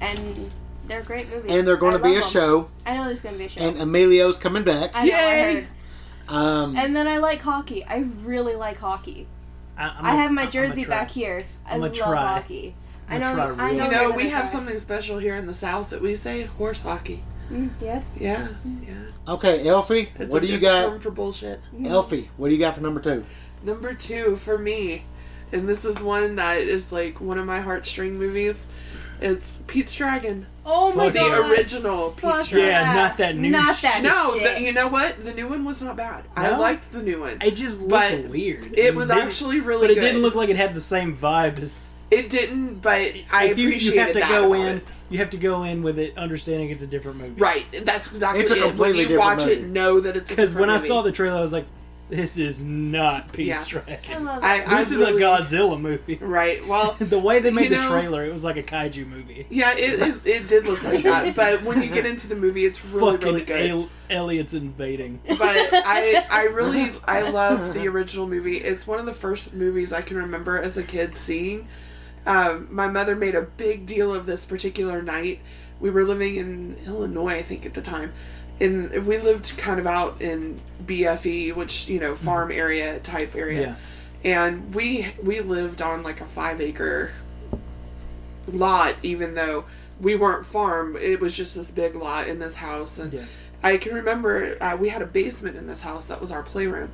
And they're great movies. And they're going I to be a love 'em. show, I know there's gonna be a show. and uh, Emilio's coming back. I know, I Yay! heard. Um, And then I like hockey. I really like hockey. I, I'm I a- have my I'm a jersey try. back here. I I'm a love try. hockey. I I'm a know. try I real know. You Oh, they're know, gonna we have try. something special here in the South that we say horse hockey. Mm, yes. Yeah, Mm-hmm. yeah. okay, Elfie, It's what a do you good got? term for bullshit. Elfie, what do you got for number two? Number two for me, and this is one that is like one of my heartstring movies. It's Pete's Dragon, Oh my Fuck the yeah. god. original Pete's Fuck Dragon. Yeah, not that new Not shit. that No, shit. the, you know what? The new one was not bad. I No? liked the new one. It just looked But weird. It was didn't- actually really But it good. didn't look like it had the same vibe as It didn't, but I If you, appreciated you have to that go about in. it. You have to go in with it understanding it's a different movie. Right, that's exactly It's a it. completely when you watch different it, movie. know that it's Because when I saw the trailer, I was like, "This is not Peace Yeah. I Dragon. love I- it. I- This is really- a Godzilla movie." right, well, the way they made You the know- trailer, it was like a kaiju movie. yeah, it, it, it did look like that. But when you get into the movie, it's really Fucking really good. al- aliens invading. but I I really I love the original movie. It's one of the first movies I can remember as a kid seeing. Um, my mother made a big deal of this particular night. We were living in Illinois, I think, at the time, and we lived kind of out in BFE, which you know farm Mm-hmm. area type area, and we we lived on like a five acre lot, even though we weren't farm. It was just this big lot in this house, and Yeah. I can remember uh, we had a basement in this house that was our playroom,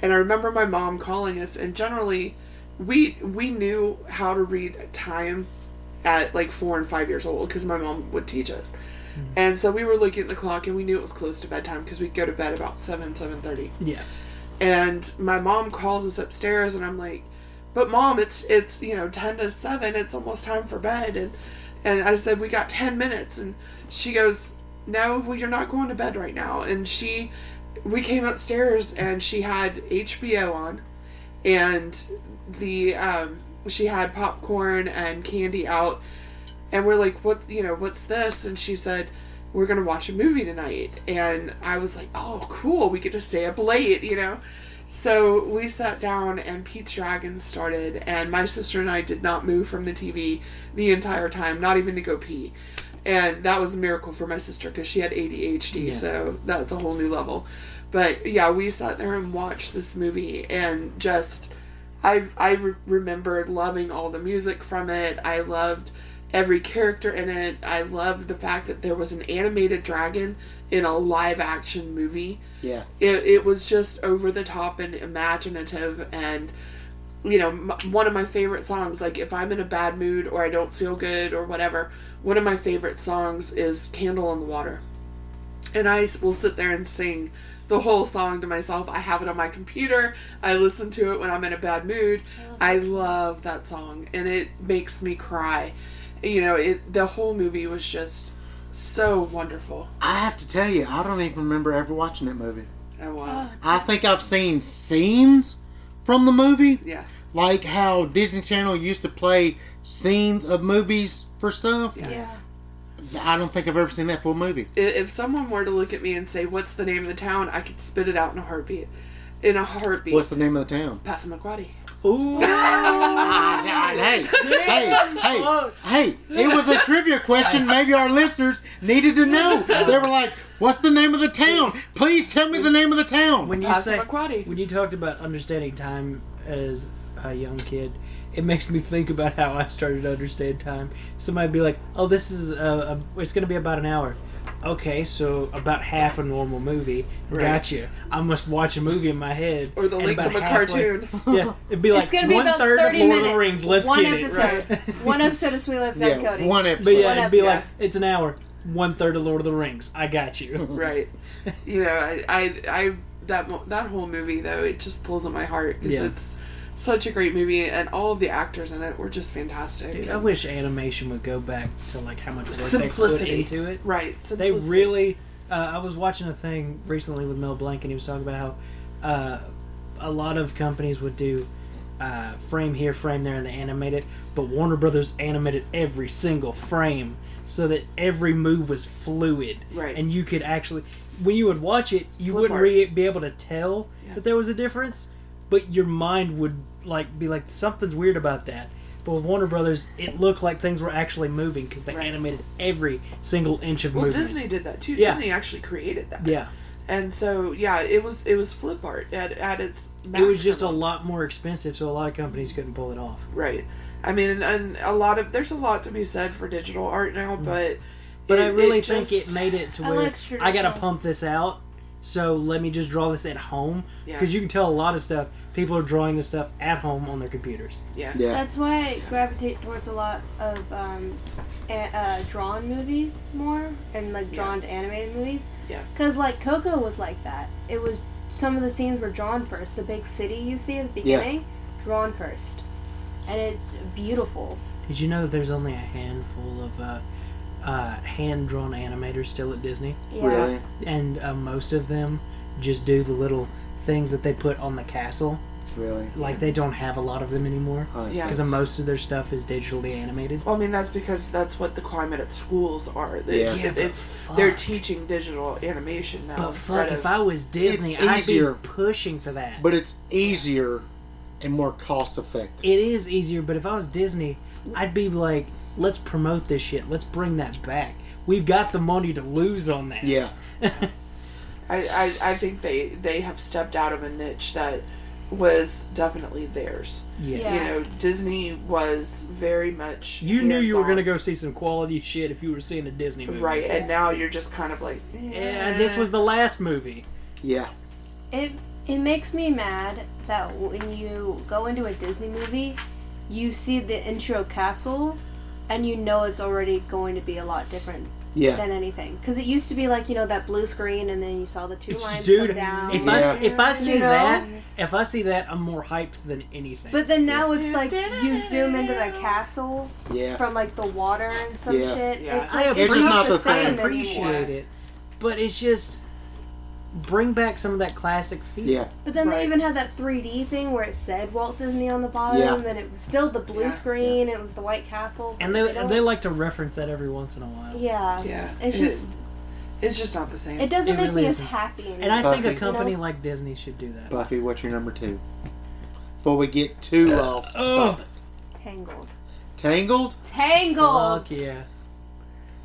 and I remember my mom calling us. And generally, we we knew how to read time at like four and five years old because my mom would teach us. And so we were looking at the clock, and we knew it was close to bedtime because we'd go to bed about seven seven thirty Yeah. and my mom calls us upstairs and i'm like but mom it's it's you know 10 to 7 it's almost time for bed and and i said we got 10 minutes and she goes no well you're not going to bed right now and she we came upstairs and she had hbo on and the um she had popcorn and candy out and we're like what you know what's this and she said we're gonna watch a movie tonight and i was like oh cool we get to stay up late you know so we sat down and pete's dragon started and my sister and i did not move from the tv the entire time not even to go pee and that was a miracle for my sister because she had adhd Yeah. so that's a whole new level but yeah we sat there and watched this movie and just I I re- remembered loving all the music from it. I loved every character in it. I loved the fact that there was an animated dragon in a live action movie. Yeah. It it was just over the top and imaginative and you know, m- one of my favorite songs, like if I'm in a bad mood or I don't feel good or whatever, one of my favorite songs is Candle on the Water. And I s- will sit there and sing the whole song to myself. I have it on my computer. I listen to it when I'm in a bad mood. I love that song and it makes me cry. You know, it the whole movie was just so wonderful. I have to tell you, I don't even remember ever watching that movie. Oh wow. I think I've seen scenes from the movie, Yeah. like how Disney Channel used to play scenes of movies for stuff. yeah. I don't think I've ever seen that full movie. I- If someone were to look at me and say, "What's the name of the town?" I could spit it out in a heartbeat. In a heartbeat. What's the name of the town? Passamaquoddy. Ooh. hey, hey, hey, hey! It was a trivia question. Maybe our listeners needed to know. They were like, "What's the name of the town? Please tell me the name of the town." when you Pass say the McQuaddy. when you talked about understanding time as a young kid it makes me think about how i started to understand time somebody be like oh this is uh a it's gonna be about an hour okay so about half a normal movie gotcha i must watch a movie in my head Or the and length about of a halfway- cartoon. yeah it'd be like It's gonna be one about third thirty of lord minutes. of the rings let's one get it episode. One episode of Sweet Love Zach yeah, Cody. one but episode. yeah it'd be episode. like it's an hour one third of lord of the rings i got you right. You know, I, I, I that mo- that whole movie though, it just pulls at my heart because Yeah. it's such a great movie, and all of the actors in it were just fantastic. Dude, And- i wish animation would go back to like how much work Simplicity. they put into it right. They simplicity. really. Uh, I was watching a thing recently with Mel Blanc, and he was talking about how uh, a lot of companies would do uh, frame here, frame there, and they animate it. But Warner Brothers animated every single frame so that every move was fluid, Right. And you could actually, when you would watch it, you Flip wouldn't art. re- be able to tell Yeah. that there was a difference, but your mind would like be like something's weird about that. But with Warner Brothers, it looked like things were actually moving because they Right. animated every single inch of Well, movement. Disney did that too. Yeah. Disney actually created that. Yeah, And so, yeah, it was it was flip art at, at its. it was just a maximum. lot more expensive, so a lot of companies couldn't pull it off. Right. I mean, and, and a lot of there's a lot to be said for digital art now, but Mm-hmm. But it- I really it think just- it made it to I where like I gotta traditional. pump this out. So let me just draw this at home Yeah. because you can tell a lot of stuff. People are drawing this stuff at home on their computers. yeah Yeah, That's why I gravitate towards a lot of um, a- uh, drawn movies more and like drawn to animated movies. Yeah. Because like Coco was like that. It was some of the scenes were drawn first. The big city you see at the Yeah. beginning, drawn first. and it's beautiful. Did you know that there's only a handful of uh, uh, hand drawn animators still at Disney? Yeah. Really? And uh, most of them just do the little things that they put on the castle. Really? Like they don't have a lot of them anymore I Yeah. see. because most of their stuff is digitally animated. Well, I mean that's because that's what the climate at schools are. They, Yeah. Yeah, but it's they're fuck. teaching digital animation now. But instead fuck, if of- I was Disney, It's I'd be easier. pushing for that. But it's easier and more cost effective. it is easier. But if I was Disney, I'd be like, let's promote this shit. Let's bring that back. We've got the money to lose on that. Yeah. I, I, I think they they have stepped out of a niche that was definitely theirs. Yes. Yeah. You know, Disney was very much. You knew you were hands-on. gonna go see some quality shit if you were seeing a Disney movie. right, and now you're just kind of like. And this was the last movie. Yeah. It it makes me mad that when you go into a Disney movie, you see the intro castle, and you know it's already going to be a lot different Yeah. than anything. Because it used to be like you know that blue screen, and then you saw the two lines Dude, come down. if Yeah. I if I see You know? that, if I see that, I'm more hyped than anything. But then now it's like you zoom into the castle Yeah. from like the water and some Yeah. shit. Yeah. It's I like It's just appreciate, not the I same. anymore. appreciate it, but it's just bring back some of that classic feel. Yeah. But then Right. they even had that 3D thing where it said Walt Disney on the bottom, Yeah. and then it was still the blue Yeah. screen, and it was the White Castle. And they don't- they like to reference that every once in a while. yeah. Yeah, It's it- just it's just not the same. it doesn't It make really me as isn't. happy. anymore. And I think Buffy. a company You know? like Disney should do that. Buffy, what's your number two? Before we get too Uh, off. oh. topic. Tangled. Tangled? Tangled. Fuck yeah!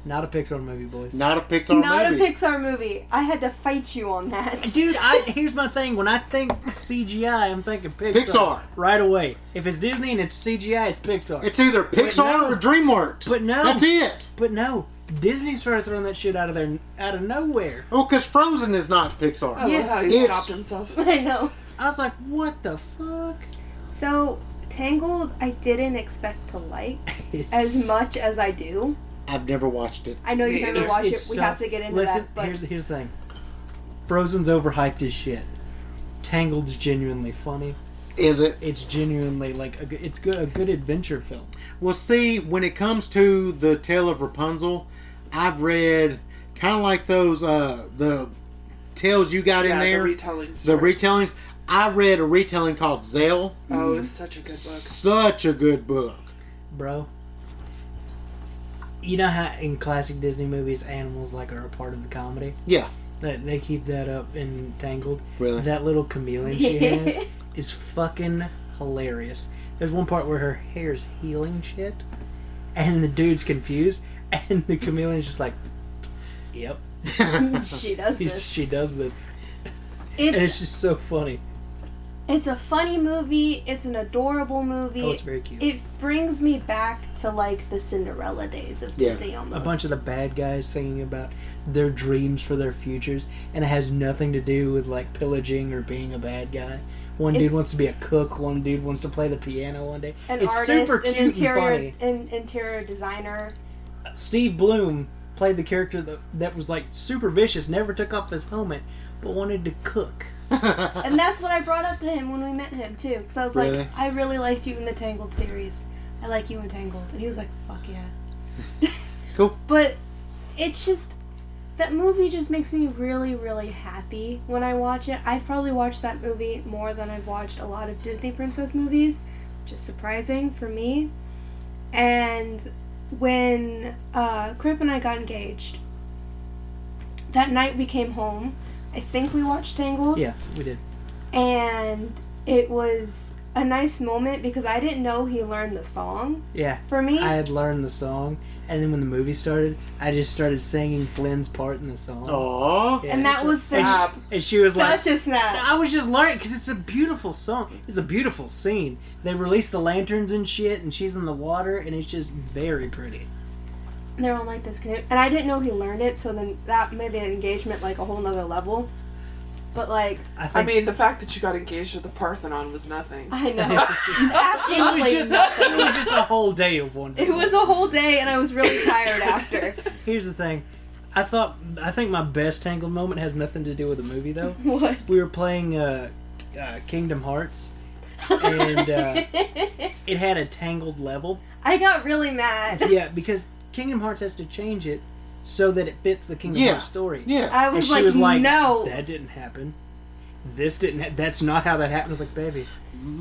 Not a Pixar movie, boys. Not a Pixar Not movie. a Pixar movie. I had to fight you on that. Dude, I here's my thing. When I think CGI, I'm thinking Pixar, Pixar. right away. If it's Disney and it's CGI, it's Pixar. It's either Pixar no. or DreamWorks. But no. That's it. but no, Disney started throwing that shit out of there out of nowhere. Well, because Oh, Frozen is not Pixar. Oh. I love how he It's- stopped himself. I know. I was like, what the fuck? So Tangled, I didn't expect to like It's, as much as I do. I've never watched it. I know you've Yeah, never it's- watched it. it's We so- have to get into listen, that. But here's here's the thing. Frozen's overhyped as shit. Tangled's genuinely funny. Is it? It's genuinely like a, good- it's good a good adventure film. Well, see, when it comes to the Tale of Rapunzel, I've read kind of like those uh the tales you got in Yeah, there, the retelling. the stories. retellings. I read a retelling called Zell. Oh, it's such a good book. Such a good book. bro. You know how in classic Disney movies, animals like are a part of the comedy. Yeah, That they keep that up in Tangled. Really? That little chameleon she has is fucking hilarious. There's one part where her hair's healing shit, and the dude's confused, and the chameleon's just like, "Yep, she does this. she does this," and it's it's just so funny. It's a funny movie. It's an adorable movie. Oh, it's very cute. it brings me back to like the Cinderella days of Yeah. Disney almost. a bunch of the bad guys singing about their dreams for their futures, and it has nothing to do with like pillaging or being a bad guy. One dude It's- wants to be a cook, one dude wants to play the piano one day. an it's artist, super an cute interior, and an interior designer. funny. Steve Bloom played the character that, that was like super vicious, never took off his helmet, but wanted to cook. And that's what I brought up to him when we met him too, because I was Really? like, I really liked you in the Tangled series. I like you in Tangled, and he was like, Fuck yeah. Cool. But it's just that movie just makes me really, really happy when I watch it. I've probably watched that movie more than I've watched a lot of Disney princess movies, which is surprising for me. And when uh, Crip and I got engaged, that night we came home. I think we watched Tangled Yeah, we did. and it was a nice moment because I didn't know he learned the song Yeah. for me. I had learned the song, and then when the movie started, I just started singing Flynn's part in the song. Oh. Aw. Yeah. and that was And such, she, and she was like, such a snap. I was just learning because it's a beautiful song. It's a beautiful scene. They release the lanterns and shit, and she's in the water, and it's just very pretty. And They're on like this canoe, and I didn't know he learned it, so then that made the engagement like a whole nother level. But like, I think I mean, the fact that you got engaged with the Parthenon was nothing. I know, it was absolutely just nothing. it was just a whole day of wonder. It was a whole day, and I was really tired after. Here's the thing. I thought I think my best Tangled moment has nothing to do with the movie though. What? We were playing uh, uh, Kingdom Hearts, and uh, it had a tangled level. I got really mad. Yeah, because Kingdom Hearts has to change it so that it fits the Kingdom Yeah. Hearts story. Yeah. I And was she like, was like, no. that didn't happen. This didn't. Ha- that's not how that happened." I was like, "Baby,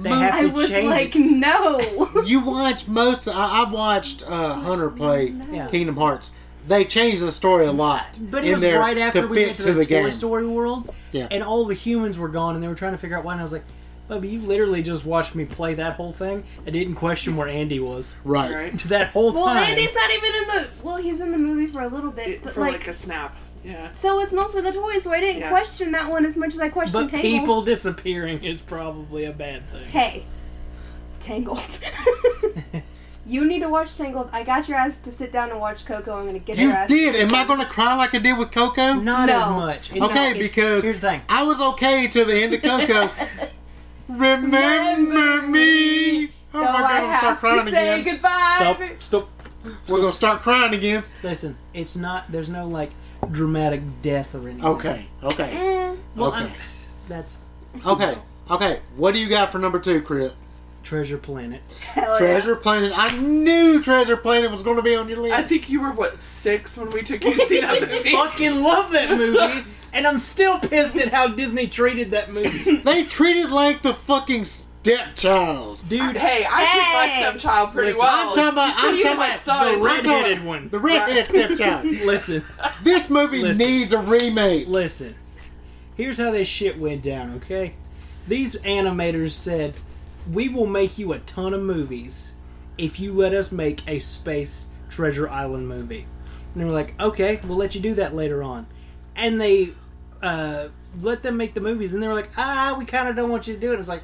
they Mo- have I to was change like, it." no. you watch most. I, I've watched uh, Hunter play Yeah. Kingdom Hearts. They changed the story a lot. But in it was there right after to we fit went to, to the, the Toy game. Story world, Yeah. and all the humans were gone, and they were trying to figure out why. And I was like, "Bubby, you literally just watched me play that whole thing. I didn't question where Andy was Right. right? that whole well, time." Andy's not even in the. Well, he's in the movie for a little bit, It- but for like, like, a snap. Yeah. so it's mostly the toys. So I didn't Yeah. question that one as much as I questioned but Tangled. people disappearing is probably a bad thing. Hey, Tangled. you need to watch Tangled. I got your ass to sit down and watch Coco. I'm gonna get You your ass. did. Am I going to cry like I did with Coco? Not No. as much. It's- Okay, it's- because- here's the thing. I was okay till the end of Coco. Oh Remember me. Oh Though my I god, we'll start have to crying say again. goodbye. Stop. Stop. We're gonna start crying again. Listen, it's not. There's no like dramatic death or anything. Okay, okay, Mm, Well, Okay. I'm- that's okay, okay. What do you got for number two, Chris? Treasure Planet. hell yeah. Treasure Planet. I knew Treasure Planet was gonna be on your list. I think you were what six when we took you to see that movie. Fucking love that movie, and I'm still pissed at how Disney treated that movie, they treat it like the fucking stepchild. dude. Hey, I Hey. treat my stepchild pretty Listen, well. I'm talking about- You I'm treat talking my about son. the I'm talking- redheaded one. The redheaded stepchild. Listen, This movie Listen. needs a remake. listen. Here's how this shit went down. Okay, these animators said, "We will make you a ton of movies if you let us make a space Treasure Island movie." And they were like, "Okay, we'll let you do that later on," and they uh, let them make the movies. And they were like, "Ah, we kind of don't want you to do it." It's like,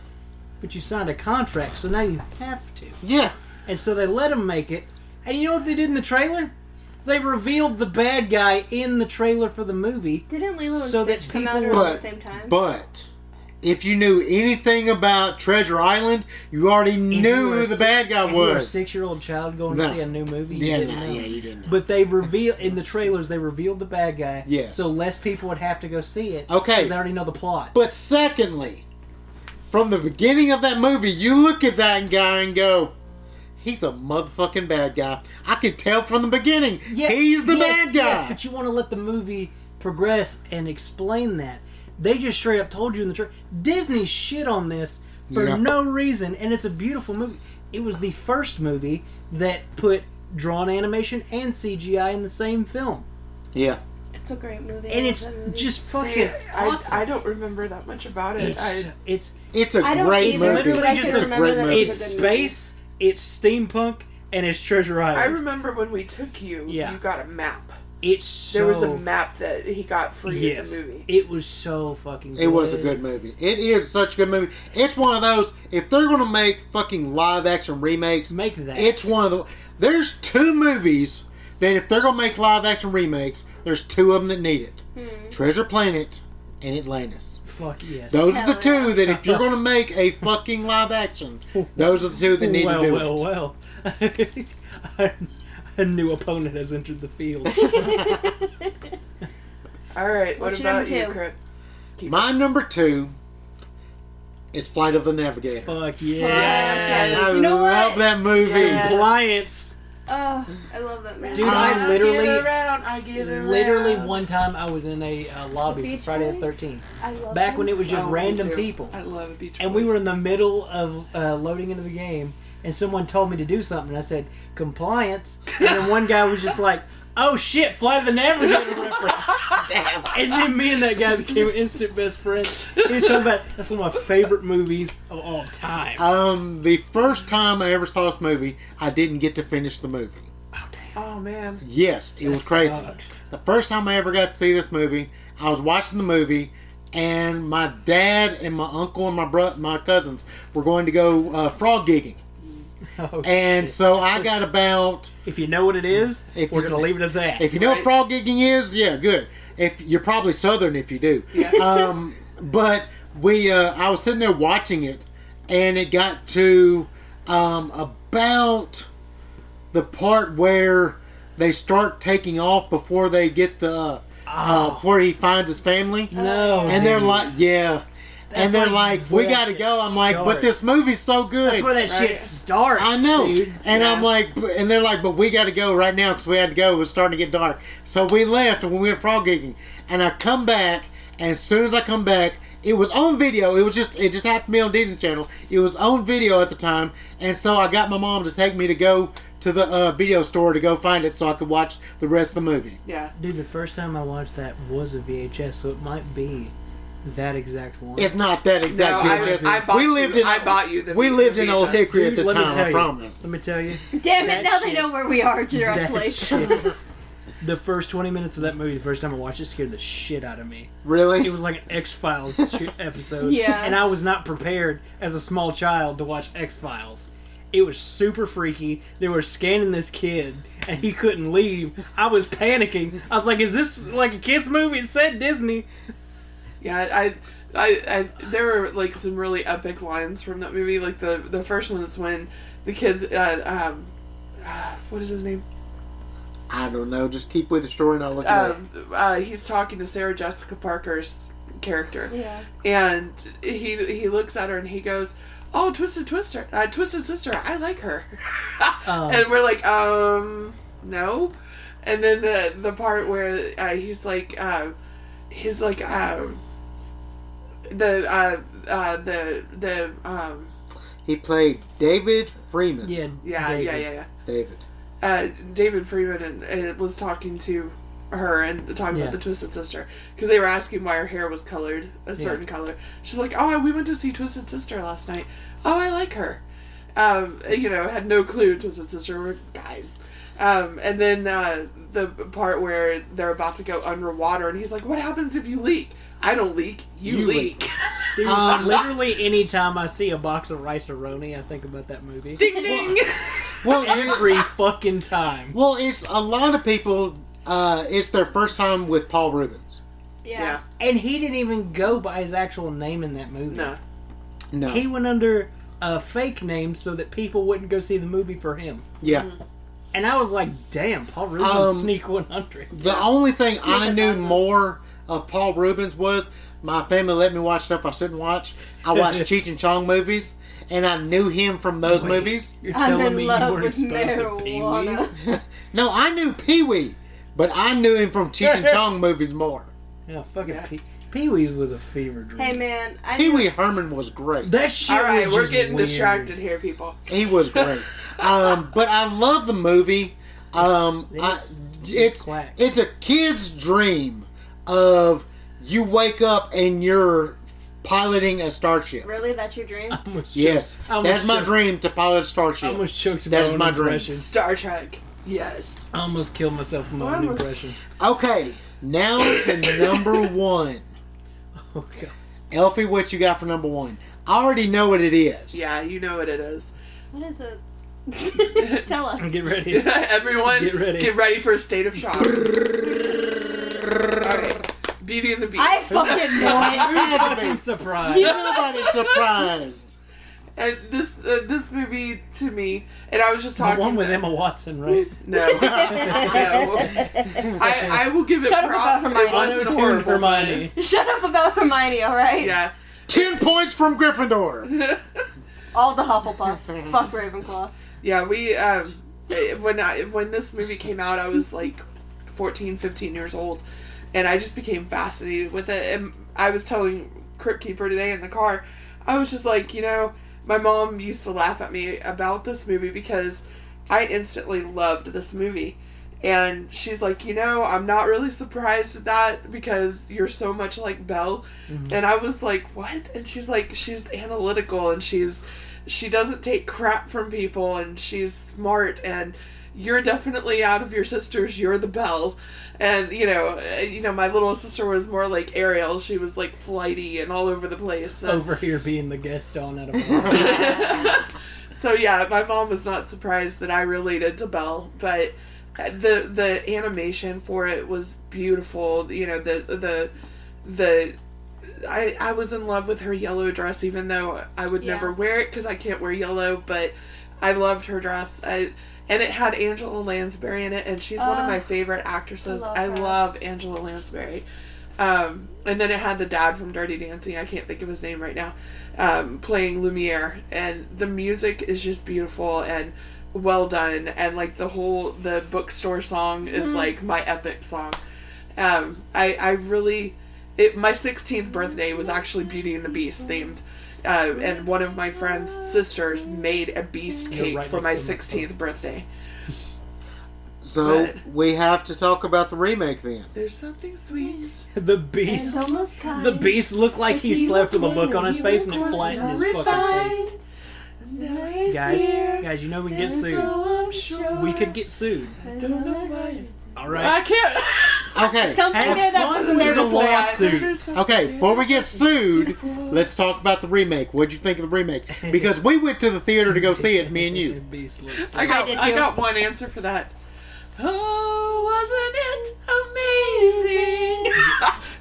but you signed a contract, so now you have to. Yeah. And so they let him make it. And you know what they did in the trailer? They revealed the bad guy in the trailer for the movie. Didn't Lilo and So that Stitch come out people around would- the same time? But if you knew anything about Treasure Island, you already If you knew were who a the si- bad guy if you were a was. six-year-old child going to No. see a new movie. Yeah, you didn't no, know. yeah, you didn't know. But they reveal in the trailers they revealed the bad guy. Yeah. So less people would have to go see it. Okay. 'cause they already know the plot. But secondly, from the beginning of that movie, you look at that guy and go, he's a motherfucking bad guy. I could tell from the beginning. Yeah, he's the yes, bad yes, guy. but you want to let the movie progress and explain that. They just straight up told you in the trailer. Disney shit on this for Yeah. no reason, and it's a beautiful movie. It was the first movie that put drawn animation and CGI in the same film, yeah. it's a great movie. I and love it's that movie. just See, fucking I, awesome. I don't remember that much about it. it's I, it's It's a I don't great either, movie. but I can it's a remember great that movie. it's was a good movie. space, it's steampunk, and it's Treasure Island. I remember when we took you. Yeah. You got a map. it's so There was a map that he got free yes, in the movie. it was so fucking. It was a good movie. It is such a good movie. It's one of those. If they're gonna make fucking live action remakes, Make that. it's one of the. There's two movies that if they're gonna make live action remakes, there's two of them that need it: Hmm. Treasure Planet and Atlantis. fuck yes. Those are the Hell two yeah. that if you're gonna make a fucking live action, those are the two that need well, to do well, it. well, A new opponent has entered the field. All right. What What's your about number you, two? Chris? My number two is Flight of the Navigator. Fuck yes. yes. I You know what? love that movie. Yeah. Compliance. Oh, I love that movie. Dude, I I literally- get around. I get around. Literally, uh, one time I was in a uh, lobby for Beach Friday Boys? the 13th, I love back when them it was so just Oh, me random too. people. I love Beach and we were in the middle of uh, loading into the game, and someone told me to do something, and I said, compliance. And then one guy was just like, oh shit, Flight of the Navigator reference. Damn. And then me and that guy became instant best friends. He was talking about that's one of my favorite movies of all time. Um, the first time I ever saw this movie, I didn't get to finish the movie. oh damn, Oh man. Yes, it was that crazy. sucks. The first time I ever got to see this movie, I was watching the movie, and my dad and my uncle and my bro- my cousins were going to go uh, frog gigging, Oh, and shit. so I got about. if you know what it is, If we're you- gonna leave it at that. If you know what Right. frog gigging is, yeah, good. If you're probably Southern, if you do. Yeah. Um, but we, uh, I was sitting there watching it, and it got to um, about the part where they start taking off before they get the uh, uh, Oh. before he finds his family, no, and they're like, yeah. and they're like, where "We that gotta shit go." I'm like, "But this starts. movie's so good." That's where that Right. shit starts. I know. dude. And Yeah. I'm like, b- and they're like, but we got to go right now because we had to go. It was starting to get dark. So we left and we went frog gigging. And I come back, and as soon as I come back, it was on video. It was just, it just happened to be on Disney Channel. It was on video at the time. And so I got my mom to take me to go to the uh, video store to go find it so I could watch the rest of the movie. Yeah. Dude, the first time I watched that was a VHS, so it might be that exact one. It's not that No, exact I, VHS. I bought we you, lived in, I bought you the we V- lived in Old VHS. Hickory at Dude, the let me time. tell I you. promise. Let me tell you. Damn That it! Now they shit- know where we are directly. That shit. The first 20 minutes of that movie, the first time I watched it, scared the shit out of me. Really? It was like an X Files sh- episode. Yeah. And I was not prepared as a small child to watch X Files. It was super freaky. They were scanning this kid, and he couldn't leave. I was panicking. I was like, "Is this like a kids' movie?" It said Disney. Yeah, I, I, I, there were like some really epic lines from that movie. Like the the first one is when the kid, uh, um, uh, what is his name? I don't know. Just keep with the story and I'll look it up. Um, uh, he's talking to Sarah Jessica Parker's character, yeah. and he he looks at her and he goes, "Oh, twisted twister, uh, twisted sister, I like her," Um. and we're like, um, no. And then the the part where uh, he's like, uh, he's like, um, the uh, uh, the the um, He played David Freeman. Yeah. yeah, David. yeah, yeah, yeah. David. Uh, David Freeman and, and was talking to her and talking Yeah. about the Twisted Sister because they were asking why her hair was colored a certain color. She's like, "Oh, we went to see Twisted Sister last night. Oh, I like her." Um, you know, had no clue Twisted Sister were guys. Um, and then uh, the part where they're about to go underwater, and he's like, "What happens if you leak?" I don't leak. You, You leak. Dude, Um, literally any time I see a box of rice aroni, I think about that movie. ding ding. Well, you- Every fucking time. well, it's a lot of people. Uh, it's their first time with Paul Rubens. yeah. Yeah. And he didn't even go by his actual name in that movie. No. No. He went under a fake name so that people wouldn't go see the movie for him. yeah. And I was like, damn, Paul Rubens Um, sneak 100. The only thing Sneak I a knew thousand. more of Paul Rubens was my family let me watch stuff I shouldn't watch. I watched Cheech and Chong movies, and I knew him from those Wait. movies. You're I'm telling in me love you weren't with exposed to Pee Wee? marijuana. No, I knew Pee Wee, but I knew him from Cheech and Chong movies more. Yeah, fucking Yeah. Pee- Pee Wee's was a fever dream. Hey man, I Pee knew- Wee Herman was great. that shit All right, was we're just getting weird. distracted here, people. He was great. um, but I love the movie. Um, I, This is it's quack. it's a kid's dream of you wake up and you're piloting a starship. Really, that's your dream? I almost Yes, choked- I almost that's my choked- dream to pilot a I starship. almost choked That my is own my dream. impression. Star Trek. Yes. I almost killed myself with my own Almost. impression. Okay, now to number one. Oh, God. Elfie, what you got for number one? I already know what it is. Yeah, you know what it is. What is it? Tell us. Get ready. Everyone, Get ready. for a state of shock. Alright, Beauty and the Beast. I fucking know it. I'm Had to be. fucking surprised. Nobody's surprised. and this uh, this movie to me, and I was just The talking. one with to- Emma Watson, right? No, no. I, I will give it Shut up about props. It wasn't Auto-tuned horrible. Hermione. Shut up about Hermione, all right? Yeah. Ten points from Gryffindor. All the Hufflepuff. Fuck Ravenclaw. Yeah, we um, eh, when I when this movie came out, I was like 14, 15 years old, and I just became fascinated with it. And I was telling Crypt Keeper today in the car, I was just like, you know, my mom used to laugh at me about this movie because I instantly loved this movie. And she's like, you know, I'm not really surprised at that because you're so much like Belle. And I was like, what? And she's like, she's analytical and she's she doesn't take crap from people and she's smart and you're definitely out of your sisters you're the belle and you know uh, you know my little sister was more like ariel she was like flighty and all over the place and- Over here being the guest on at a bar. so yeah my mom was not surprised that i related to belle but the the animation for it was beautiful you know the the the I, I was in love with her yellow dress even though I would Yeah. never wear it because I can't wear yellow but I loved her dress I, and it had Angela Lansbury in it and she's one of Oh. my favorite actresses I love I her. love Angela Lansbury Um, and then it had the dad from Dirty Dancing. I can't think of his name right now. Um, playing Lumiere, and the music is just beautiful and well done. And like the whole the bookstore song is Mm-hmm. like my epic song. Um, I I really it my 16th birthday was actually Beauty and the Beast themed. Uh, and one of my friend's sisters made a beast You're cake right for my next to my phone. 16th birthday. So But- we have to talk about the remake then. There's something sweet. The It's beast. almost time. The beast looked like he, He slept with a was book on his he face was and it flattened his fucking refined. face. Now it's Guys, here, guys, you know we can get and sued. so I'm sure We could get sued. I Don't know why. All I right. can't. Okay. Something Have there that fun wasn't with there the before. lawsuit. Okay, before we get sued, let's talk about the remake. What'd you think of the remake? Because we went to the theater to go see it, me and you. Beast looks I got, did I too. got one answer for that. Oh, wasn't it amazing?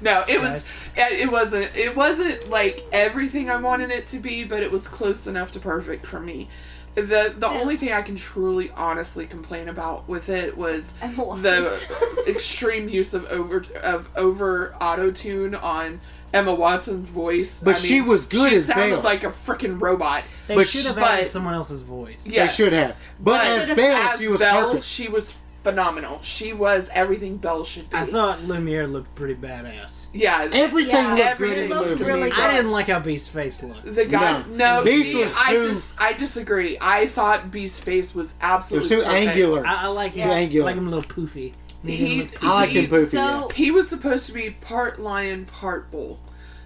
no, it was. It it wasn't. It wasn't like everything I wanted it to be, but it was close enough to perfect for me. The the only thing I can truly, honestly complain about with it was I'm walking. the extreme use of over of over auto tune on Emma Watson's voice. But she was good she as sounded Belle. like a freaking robot. They But should have but- added someone else's voice. They Yes. should have. But, But as as Belle, she was Belle, perfect. she was phenomenal. She was everything Belle should be. I thought Lumiere looked pretty badass. yeah, Everything Yeah, looked everything good in the looked movie. really- I didn't like how Beast's face looked. the guy. No. No, Beast see, was I, too- dis- I disagree. I thought Beast's face was It was absolutely too perfect. angular. I, I like Too him. angular. like him a little poofy. Made him He, look I like him he- poofy. yeah. So He was supposed to be part lion, part bull,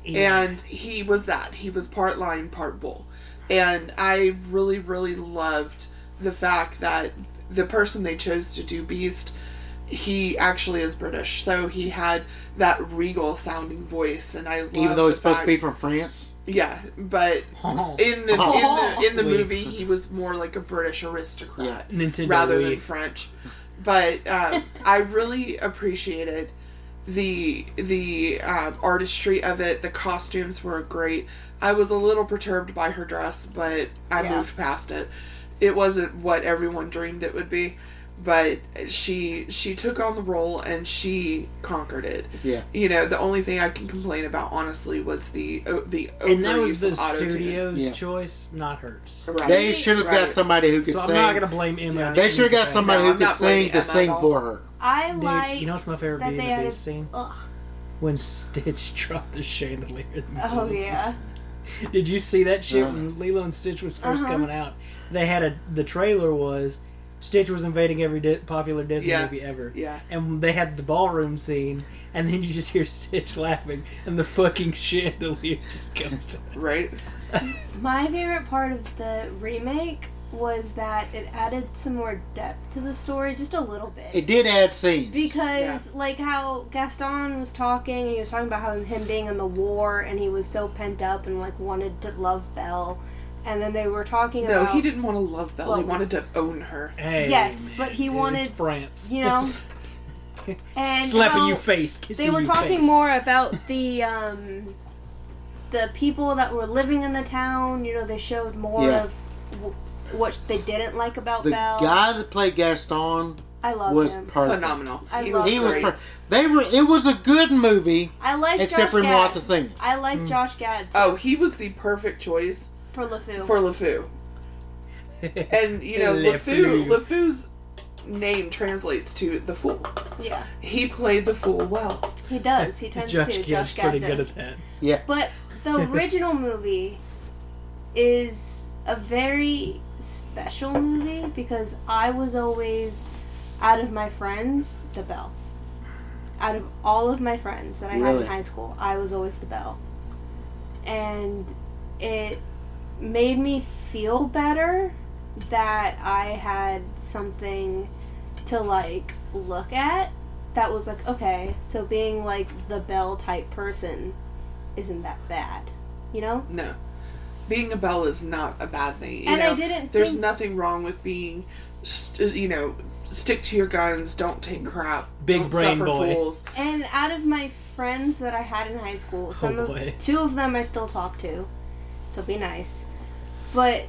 Yeah. and he was that. He was part lion, part bull, and I really, really loved the fact that the person they chose to do Beast, he actually is British, so he had that regal sounding voice, and I love Even though the it's supposed to be fact- from France. yeah, but Oh. in the in the, in the Wait. movie, he was more like a British aristocrat Nintendo rather Wii. than French. But um, I really appreciated the the um, artistry of it. The costumes were great. I was a little perturbed by her dress, but I Yeah. moved past it. It wasn't what everyone dreamed it would be, but she she took on the role and she conquered it. Yeah. You know, the only thing I can complain about honestly was the o- the overuse and that was the of auto-tune. studio's Yeah. choice, not hers. Right. They should have got Right. somebody who could So I'm sing. not gonna blame Emma. Yeah. on They should have got anything. somebody No, who I'm could not sing blaming to Emma at sing all. for her. I Dude, like you know what's my favorite that Beauty they and the added. Beast scene? Ugh. When Stitch dropped the chandelier. in the Oh middle. yeah. Did you see that shit Uh. when Lilo and Stitch was 1st Uh-huh. coming out? They had a the trailer was Stitch was invading every di- popular Disney Yeah. movie ever. Yeah. And they had the ballroom scene, and then you just hear Stitch laughing, and the fucking chandelier just goes to Right. My favorite part of the remake was that it added some more depth to the story, just a little bit. It did add scenes. because like how Gaston was talking, and he was talking about how him being in the war, and he was so pent up and like wanted to love Belle, and then they were talking No, about he didn't want to love Belle. he Well- wanted to own her. Hey, Yes, but he it's wanted- France. you know, and slapping how your face, kissing they were your talking face. more about the um the people that were living in the town. You know, they showed more Yeah. of w- what they didn't like about The Belle. guy that played Gaston I love was him. perfect. Phenomenal. I he love was He was great. perfect. They were. It was a good movie, I like except Josh for him Gad. to sing. I like Mm. Josh Gad Uh, too, Oh, he was the perfect choice for LeFou. for LeFou. And you know, Le LeFou Fou. LeFou's name translates to the fool. yeah, He played the fool well. he does. He tends Josh to. Gad's Josh Gad pretty good does. at that. Yeah. But the original movie is a very special movie because I was always out of my friends the belle. Out of all of my friends that I had Really? in high school, I was always the belle. And it made me feel better that I had something to like look at that was like okay, so being like the belle type person isn't that bad, you know? No, being a Belle is not a bad thing. you And I know? didn't There's think- nothing wrong with being, st- uh, you know, stick to your guns. Don't take crap. Big don't brain suffer boy. Fools. And out of my friends that I had in high school, some Oh, boy. of two of them I still talk to, so be nice. But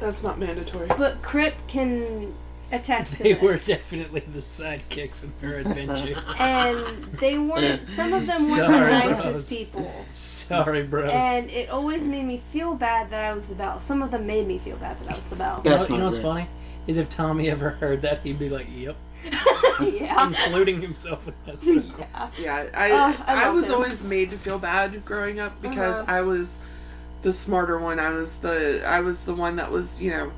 That's not mandatory. but Crip can attest to They this. were definitely the sidekicks in her adventure. and they weren't. Some of them weren't Sorry, the nicest bros. people. Sorry, bros. And it always made me feel bad that I was the bell. Some of them made me feel bad that I was the bell. you know, That's you know not what's good. funny? Is if Tommy ever heard that, he'd be like, yep. yeah. Including himself in that circle. Yeah, I Uh, I I, love was him. always made to feel bad growing up because Uh-huh. I was the smarter one. I was the I was the one that was you know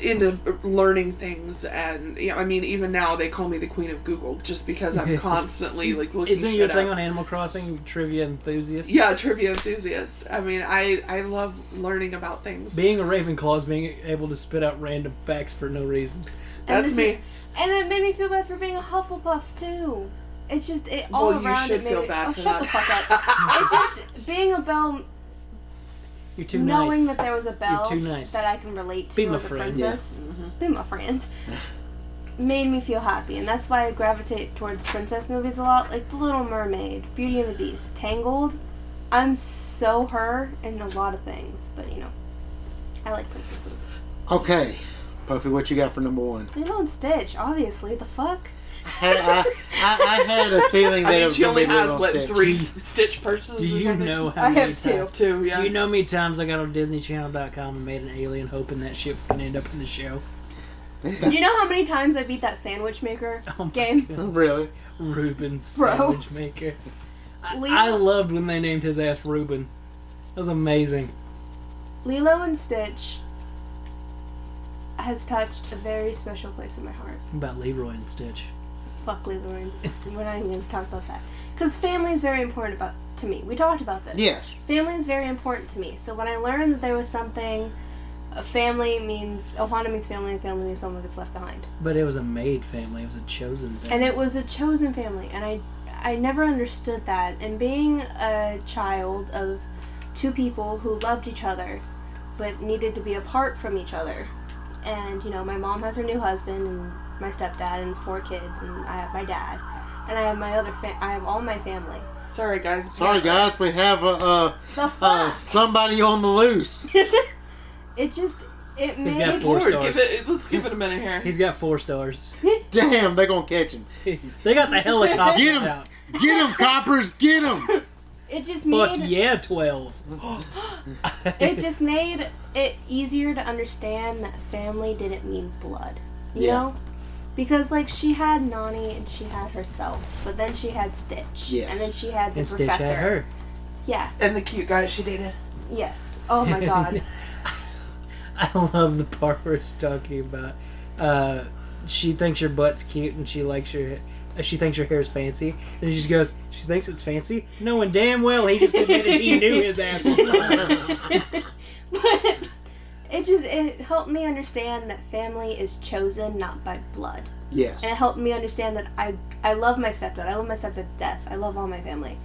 into learning things and you know I mean even now they call me the queen of Google just because I'm constantly like looking. Isn't shit your thing up. on Animal Crossing trivia enthusiast? Yeah, trivia enthusiast. I mean, I I love learning about things. Being a Ravenclaw is being able to spit out random facts for no reason. That's this me. is- And it made me feel bad for being a Hufflepuff too. It's just it all Well, you around. should it made feel me, bad oh, for shut that. the fuck up. it just being a bell, You're too knowing nice. that there was a bell too nice. that I can relate to Be my as a friend. princess, Mm-hmm. be my friend, made me feel happy, and that's why I gravitate towards princess movies a lot, like The Little Mermaid, Beauty and the Beast, Tangled. I'm so her in a lot of things, but you know, I like princesses. Okay, Puffy, what you got for number one? Lilo and Stitch, obviously. The fuck. Had- I, I, I had a feeling that I it mean, was she gonna only be Lilo has and what Stitch. three Do you- Stitch purchases. Do or you something? know how I many have two. times? Two, yeah. Do you know how many times I got on DisneyChannel.com and made an alien hoping that shit was going to end up in the show? Do you know how many times I beat that sandwich maker Oh my game? God. Really? Reuben Bro. Sandwich Maker. I, Leo- I loved when they named his ass Reuben. That was amazing. Lilo and Stitch has touched a very special place in my heart. What about Leroy and Stitch? Fuck Lilo and Stitch. We're not even going to talk about that. Because family is very important about to me. We talked about this. Yes. Family is very important to me. So when I learned that there was something, a family means, Ohana means family, and family means someone gets left behind. But it was a made family. It was a chosen family. and it was a chosen family and i i never understood that and being a child of two people who loved each other but needed to be apart from each other and you know my mom has her new husband and my stepdad and four kids and i have my dad and i have my other fa- i have all my family Sorry, guys. Sorry, guys, we have a, uh the uh fuck somebody on the loose. it just it He's got made four Lord, stars. give it. Let's give it a minute here. He's got four stars. Damn, they're gonna catch him. they got the helicopter Get 'em. out. Get him, coppers! Get him! it just Fuck made yeah, 12. it just made it easier to understand that family didn't mean blood. You Yeah. know? Because like she had Nani and she had herself, but then she had Stitch. Yes. And then she had the and Stitch professor. had her. Yeah. and the cute guy she dated. Yes. Oh my god. I love the part where it's talking about uh, she thinks your butt's cute and she likes your uh, she thinks your hair's fancy and she just goes she thinks it's fancy knowing damn well he just admitted he knew his ass was fine. but it just it helped me understand that family is chosen not by blood. Yes. And it helped me understand that I I love my stepdad. I love my stepdad to death. I love all my family.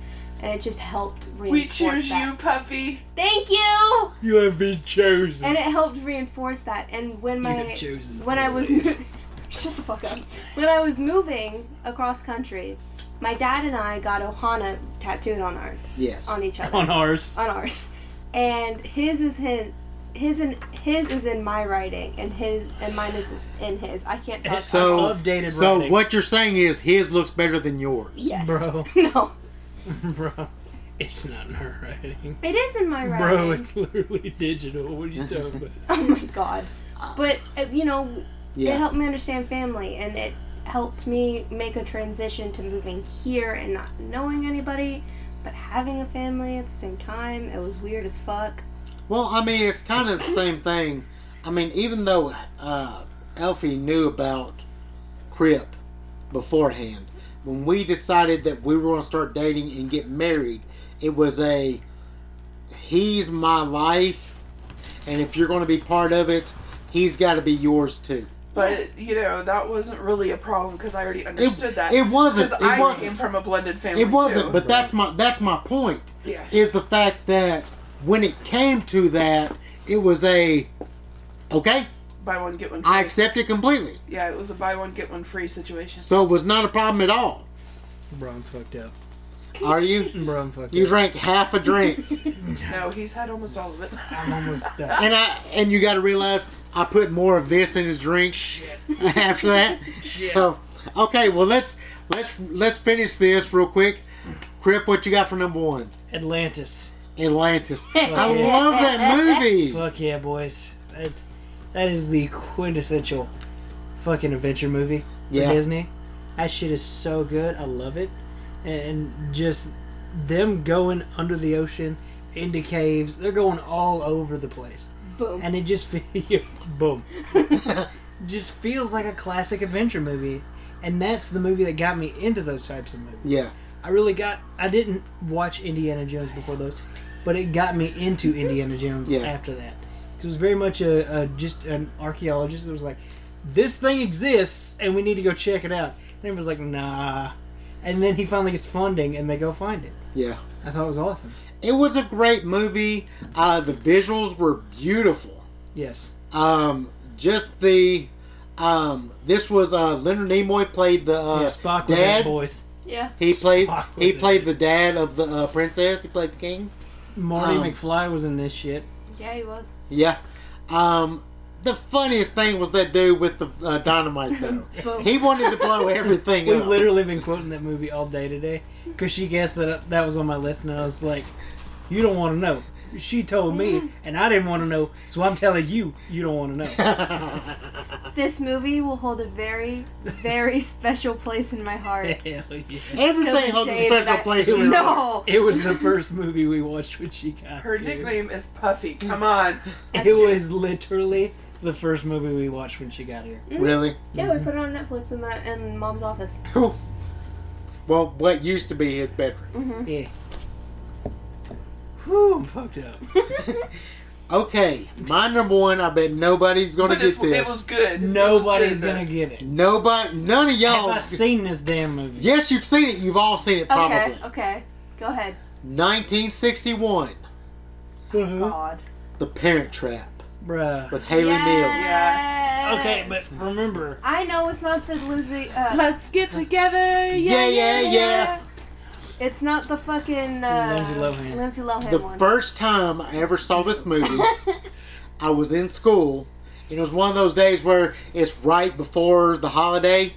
And it just helped We reinforce choose that. you, Puffy. Thank you. you have been chosen and it helped reinforce that. And when you my have chosen when I was poorly. mo- shut the fuck up, when I was moving across country, my dad and I got Ohana tattooed on ours, yes. on each other, on ours on ours, and his is his. His and his is in my writing, and his and mine is in his. I can't talk. So updated So writing. what you're saying is his looks better than yours. yes, Bro. No, bro it's not in her writing it is in my writing. bro it's literally digital what are you talking about oh my god! But uh, you know, It Yeah. helped me understand family and it helped me make a transition to moving here and not knowing anybody, but having a family at the same time. It was weird as fuck. Well, I mean, it's kind of the same thing. I mean, even though uh, Elfie knew about Crip beforehand, when we decided that we were going to start dating and get married, it was a he's my life, and if you're going to be part of it, he's got to be yours too. But you know that wasn't really a problem because I already understood that. it wasn't, 'Cause it I wasn't. came from a blended family. It wasn't, too. but that's my that's my point. Yeah. Is the fact that when it came to that, it was a okay. buy one get one. Free. I accept it completely. Yeah, it was a buy one get one free situation. So it was not a problem at all. bro i'm fucked up Are you? bro i'm fucked You up drank half a drink, No, he's had almost all of it. i'm almost done and I and you got to realize I put more of this in his drink after that. So okay, well let's let's let's finish this real quick. Crip, what you got for number one? Atlantis. Atlantis. I yeah. love that movie. Fuck yeah, boys. That's that is the quintessential fucking adventure movie for Yeah. Disney. That shit is so good. I love it. And just them going under the ocean, into caves, they're going all over the place. Boom. And it just feels boom. just feels like a classic adventure movie. And that's the movie that got me into those types of movies. Yeah. I really got. I didn't watch Indiana Jones before those, but it got me into Indiana Jones Yeah. after that. 'Cause It was very much a, a just an archaeologist that was like, "This thing exists, and we need to go check it out." And everyone's like, "Nah," and then he finally gets funding, and they go find it. Yeah. I thought it was awesome. It was a great movie. Uh, the visuals were beautiful. Yes, Um, just the um, this was uh, Leonard Nimoy played the uh, yeah, Spock was that dad. voice. yeah. He played Spock was he in played it. the dad of the uh, princess. He played the king. Marty Um, McFly was in this shit. Yeah, he was. Yeah. Um, the funniest thing was that dude with the uh, dynamite though. Boom. he wanted to blow everything We've up. literally been quoting that movie all day today because she guessed that that was on my list, and I was like, "You don't want to know." She told me, and I didn't want to know, so I'm telling you, you don't want to know. This movie will hold a very, very special place in my heart. Hell yeah! Everything Till holds the a day special that- place. in my heart. No. It was the first movie we watched when she got Her here. nickname is Puffy. Come on. It was literally the first movie we watched when she got here. Really? Yeah, we put it on Netflix in the in mom's office. Cool. Well, what used to be his bedroom. Mm-hmm. Yeah. Whew, I'm fucked up. Okay, my number one. I bet nobody's gonna But it's, get this. it was good. Nobody's It was gonna good. get it. Nobody, none of Have y'all. I seen this damn movie? yes, you've seen it. You've all seen it, probably. Okay, okay. Go ahead. 1961, God. The Parent Trap Bruh. with Hmm? Haley Mills. Yeah. Okay, but remember, I know it's not the Lizzie. Uh, Let's get together. Yeah, Yeah. yeah, yeah. It's not the fucking uh, Lindsay Lohan. Lindsay Lohan The one. first time I ever saw this movie, I was in school, and it was one of those days where it's right before the holiday,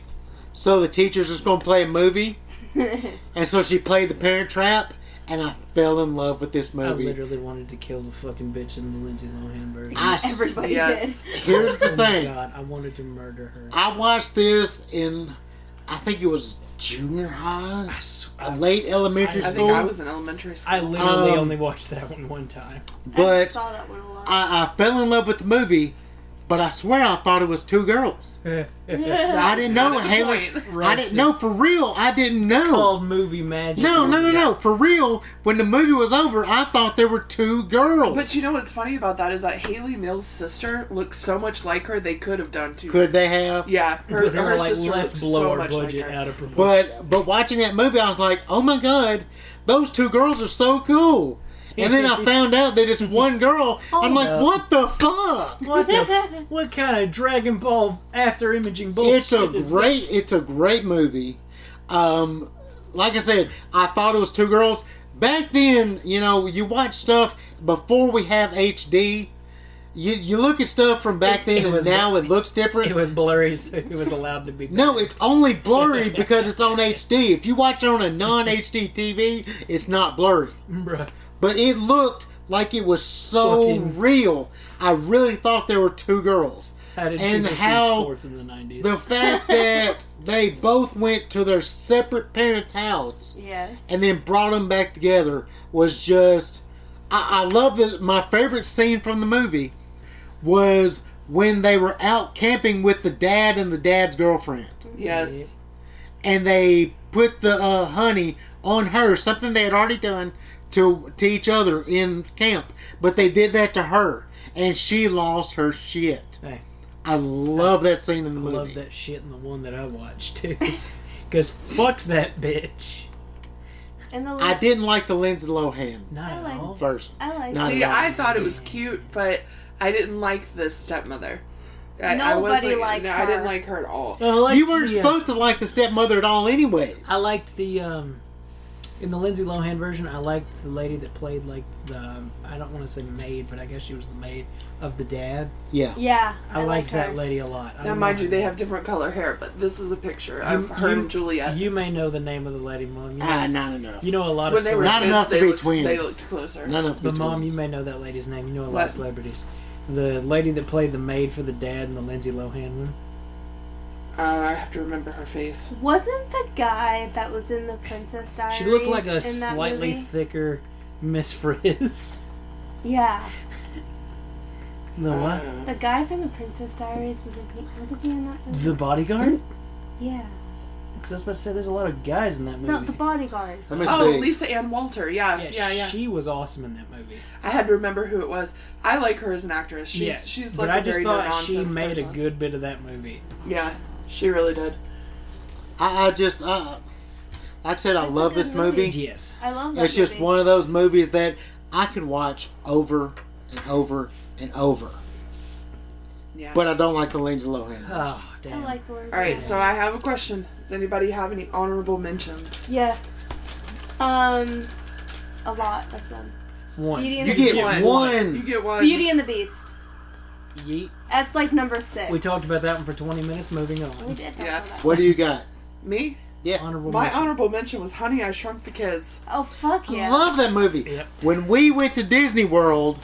so the teacher's just gonna play a movie, and so she played The Parent Trap, and I fell in love with this I movie. literally wanted to kill the fucking bitch in the Lindsay Lohan version. I s- Everybody Yes. did. Ah, here's the Oh my thing. god, I wanted to murder her. I watched this in, I think it was junior high, I, sw- uh, I, late elementary I school, think I was in elementary school. I literally Um, only watched that one one time. I but saw that one a lot. I, I fell in love with the movie. But I swear I thought it was two girls. It's I didn't know Not a Haley. point. I didn't know for real. I didn't know. called movie magic. No, no, no, no. For real, when the movie was over, I thought there were two girls. But you know what's funny about that is that Haley Mills' sister looks so much like her. They could have done two. Could they have? Yeah, her, But they her were like, sister let's looks blow so our much like budget her. out of proportion. But but watching that movie, I was like, oh my god, those two girls are so cool. And then I found out that it's one girl. Oh I'm like, no. what the fuck? what the, what kind of Dragon Ball after imaging bullshit? It's a is great, this? it's a great movie. Um, like I said, I thought it was two girls. Back then, you know, you watch stuff before we have HD. You you look at stuff from back then, it and was- now it looks different. It was blurry, so it was allowed to be. no, it's only blurry because it's on HD. If you watch it on a non HD TV, it's not blurry. Bruh. But it looked like it was so Fucking- real. I really thought there were two girls. How did And people see how sports in the nineties? The fact that they both went to their separate parents' house yes. and then brought them back together was just. I, I love that. My favorite scene from the movie was when they were out camping with the dad and the dad's girlfriend, Yes. and they put the uh, honey on her, something they had already done to to each other in camp, but they did that to her, and she lost her shit. Hey. I love that scene in the movie. love that shit in the one that I watched too. Because fuck that bitch. And the I didn't like the Lindsay Lohan Not I at like all. version. I like Not See, at all. I thought it was cute, but I didn't like the stepmother. I, I was Nobody like- likes no, I her. didn't like her at all. I liked You weren't the, uh, supposed to like the stepmother at all, anyways. I liked the um in the Lindsay Lohan version, I liked the lady that played like the um, I don't want to say maid, but I guess she was the maid of the dad. Yeah. Yeah, I, liked, that lady a lot. I Now, mind loved you, her. they have different color hair, but this is a picture of You- her you- and Juliet. You may know the name of the lady, mom. You know, Ah, not enough. you know a lot of when they were celebrities. Not enough to they be looked, They twins. looked closer. Not enough. But between mom, us. you may know that lady's name. You know a lot What? of celebrities. The lady that played the maid for the dad in the Lindsay Lohan one. Uh, I have to remember her face. Wasn't the guy that was in the Princess Diaries? She looked like a in that slightly movie? thicker Miss Frizz. yeah, the what? Uh, the guy from the Princess Diaries was it? He, was it he in that movie? The bodyguard? yeah. Because I was about to say there's a lot of guys in that movie. No, the bodyguard. Let me oh, see. Lisa Ann Walter. Yeah, yeah, yeah. She was awesome in that movie. I had to remember who it was. I like her as an actress. She's yeah, she's but like I a just very thought she no-nonsense made a person. good bit of that movie. Yeah, she really did. I, I just, I, like I said, I It's a love good this movie. movie. Yes, I love that It's just movie. one of those movies that I can watch over and over and over. Yeah. But I don't like the Lindsay Lohan. oh I damn, like the Lindsay. All right, so I have a question. Does anybody have any honorable mentions? Yes. Um, a lot of them. one Beauty and you the get Beast. one. You get one. Beauty and the Beast. yeet. That's like number six. We talked about that one for 20 minutes. Moving We on. did talk Yeah. about that. What do you got? Me? Yeah. Honorable My mention. honorable mention was Honey, I Shrunk the Kids. Oh fuck yeah! Love that movie. Yep. When we went to Disney World,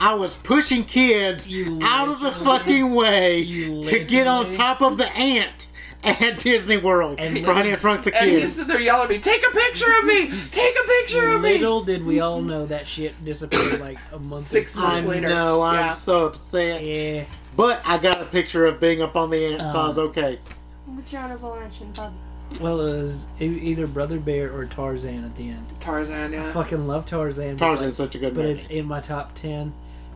I was pushing kids You out of the literally- fucking way you to get on literally- top of the ant at Disney World. And Brian in front of the And he's kids. sitting there yelling at me, Take a picture of me! Take a picture of me! Little did we all know that shit disappeared like a month. Six ago. I months later. know, I'm Yeah. so upset. Yeah. But I got a picture of being up on the ant, so I Um, was okay. What's your honorable mention, Bob? Well, it was e- either Brother Bear or Tarzan at the end. Tarzan, yeah. I fucking love Tarzan. but it's Tarzan's such a good like- but movie. it's in my top ten.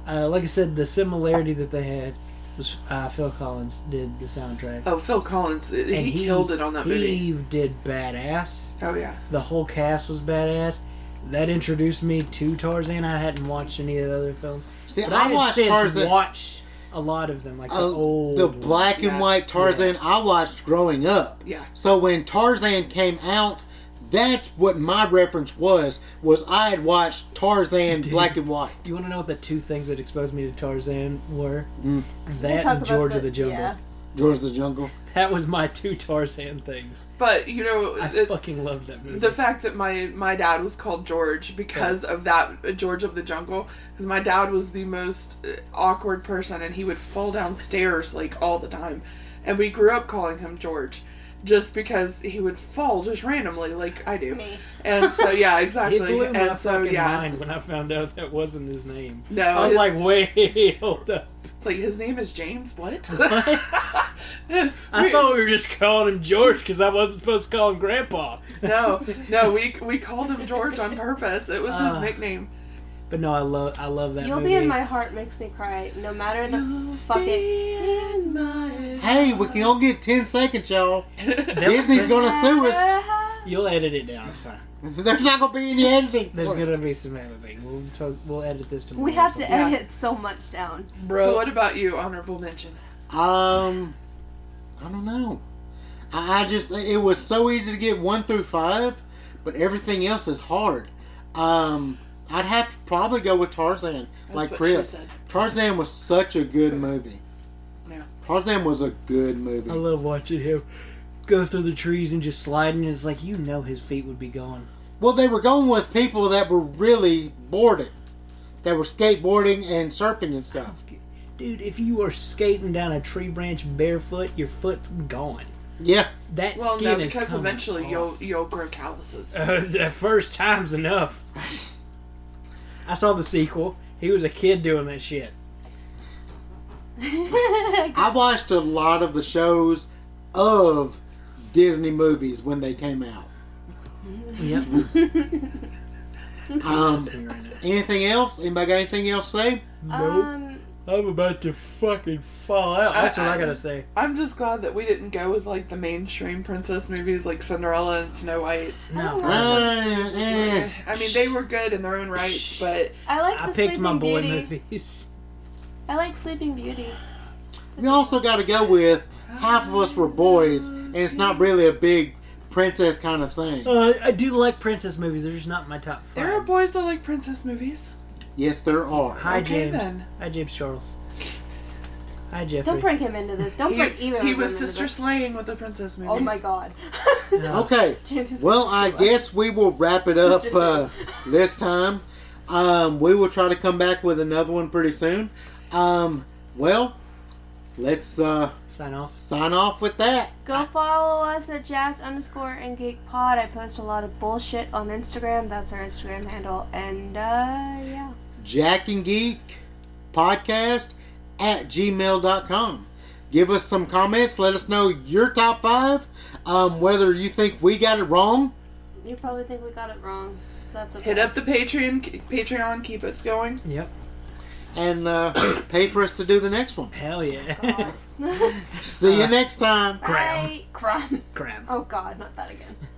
Uh, like I said, the similarity that they had was uh, Phil Collins did the soundtrack, Oh, Phil Collins, he, And killed it on that he movie. did badass. Oh, yeah. The whole cast was badass. That introduced me to Tarzan. I hadn't watched any of the other films. See, But I, had watched since Tarzan. watched a lot of them, like the uh, old, the ones. black and Yeah. white Tarzan I watched growing up. Yeah. So when Tarzan came out, that's what my reference was. Was I had watched Tarzan black and white. You want to know what the two things that exposed me to Tarzan were? Mm. That Talk and about George of the Jungle. Yeah. George the Jungle. That was my two Tarzan things. But, you know, I it- fucking loved that movie. Uh, the fact that my my dad was called George because of that uh, George of the Jungle because my dad was the most uh, awkward person and he would fall downstairs like all the time and we grew up calling him George just because he would fall just randomly like I do Me. and so yeah it exactly blew my and so fucking yeah mind when I found out that wasn't his name. no I was it- like, wait, hold up. it's like his name is James what What? I We- thought we were just calling him George because I wasn't supposed to call him Grandpa. no no we we called him George on purpose it was Ah. his nickname But no, I love I love that You'll movie. be in my heart makes me cry, no matter the fucking. Hey, we can all get ten seconds, y'all. That was- Disney's gonna sue us. You'll edit it down. It's fine. There's not gonna be any editing. There's for it. gonna be some editing. We'll to- we'll edit this tomorrow. We have or to Yeah. edit so much down. something. bro. so what about you honorable mention Um, I don't know. I, I just it was so easy to get one through five, but everything else is hard. Um, I'd have to probably go with Tarzan, like what she Chris. said. Tarzan was such a good movie. Yeah. Tarzan was a good I movie. love watching him go through the trees and just sliding. It's like you know his feet would be gone. Well, they were going with people that were really boarded, that were skateboarding and surfing and stuff. Dude, if you are skating down a tree branch barefoot, your foot's gone. Yeah, That Well, skin no, is because coming eventually off. you'll you'll grow calluses. Uh, the first time's enough. I saw the sequel. He was a kid doing that shit. Um, I watched a lot of the shows of Disney movies when they came out. Yep. Um, That's me right now. Anything else? Anybody got anything else to say? Nope. um, I'm about to fucking fall out. That's what I, I- gotta say. I'm just glad that we didn't go with like the mainstream princess movies like Cinderella and Snow White. No. don't Uh, eh. I mean, they were good in their own rights, but I like the I picked Sleeping my boy Beauty. movies. I like Sleeping Beauty. We also got to go with half of us were boys, and it's not really a big princess kind of thing. Uh, I do like princess movies. They're just not my top five. There are boys that like princess movies. Yes, there are. Hi Okay, James. then. Hi James Charles. Hi Jeffrey. Don't bring him into this. Don't He, bring either. he of was them into sister this. slaying with the princess movies. Oh my god. Yeah. Okay. James is Well, gonna I sue us. guess we will wrap it up Sister uh, this time. Um, we will try to come back with another one pretty soon. Um, well, let's uh, Sign off. sign off with that. Go follow us at Jack underscore and Geek Pod. I post a lot of bullshit on Instagram. That's our Instagram handle. And uh, yeah. Jack and Geek podcast at gmail.com. Give us some comments. Let us know your top five, um, whether you think we got it wrong. You probably think we got it wrong. That's okay. Hit up the Patreon, Patreon, keep us going. Yep. And uh, pay for us to do the next one. Hell yeah. God. See you Uh, next time. Graham. Bye. Crime. Graham. Oh god, not that again.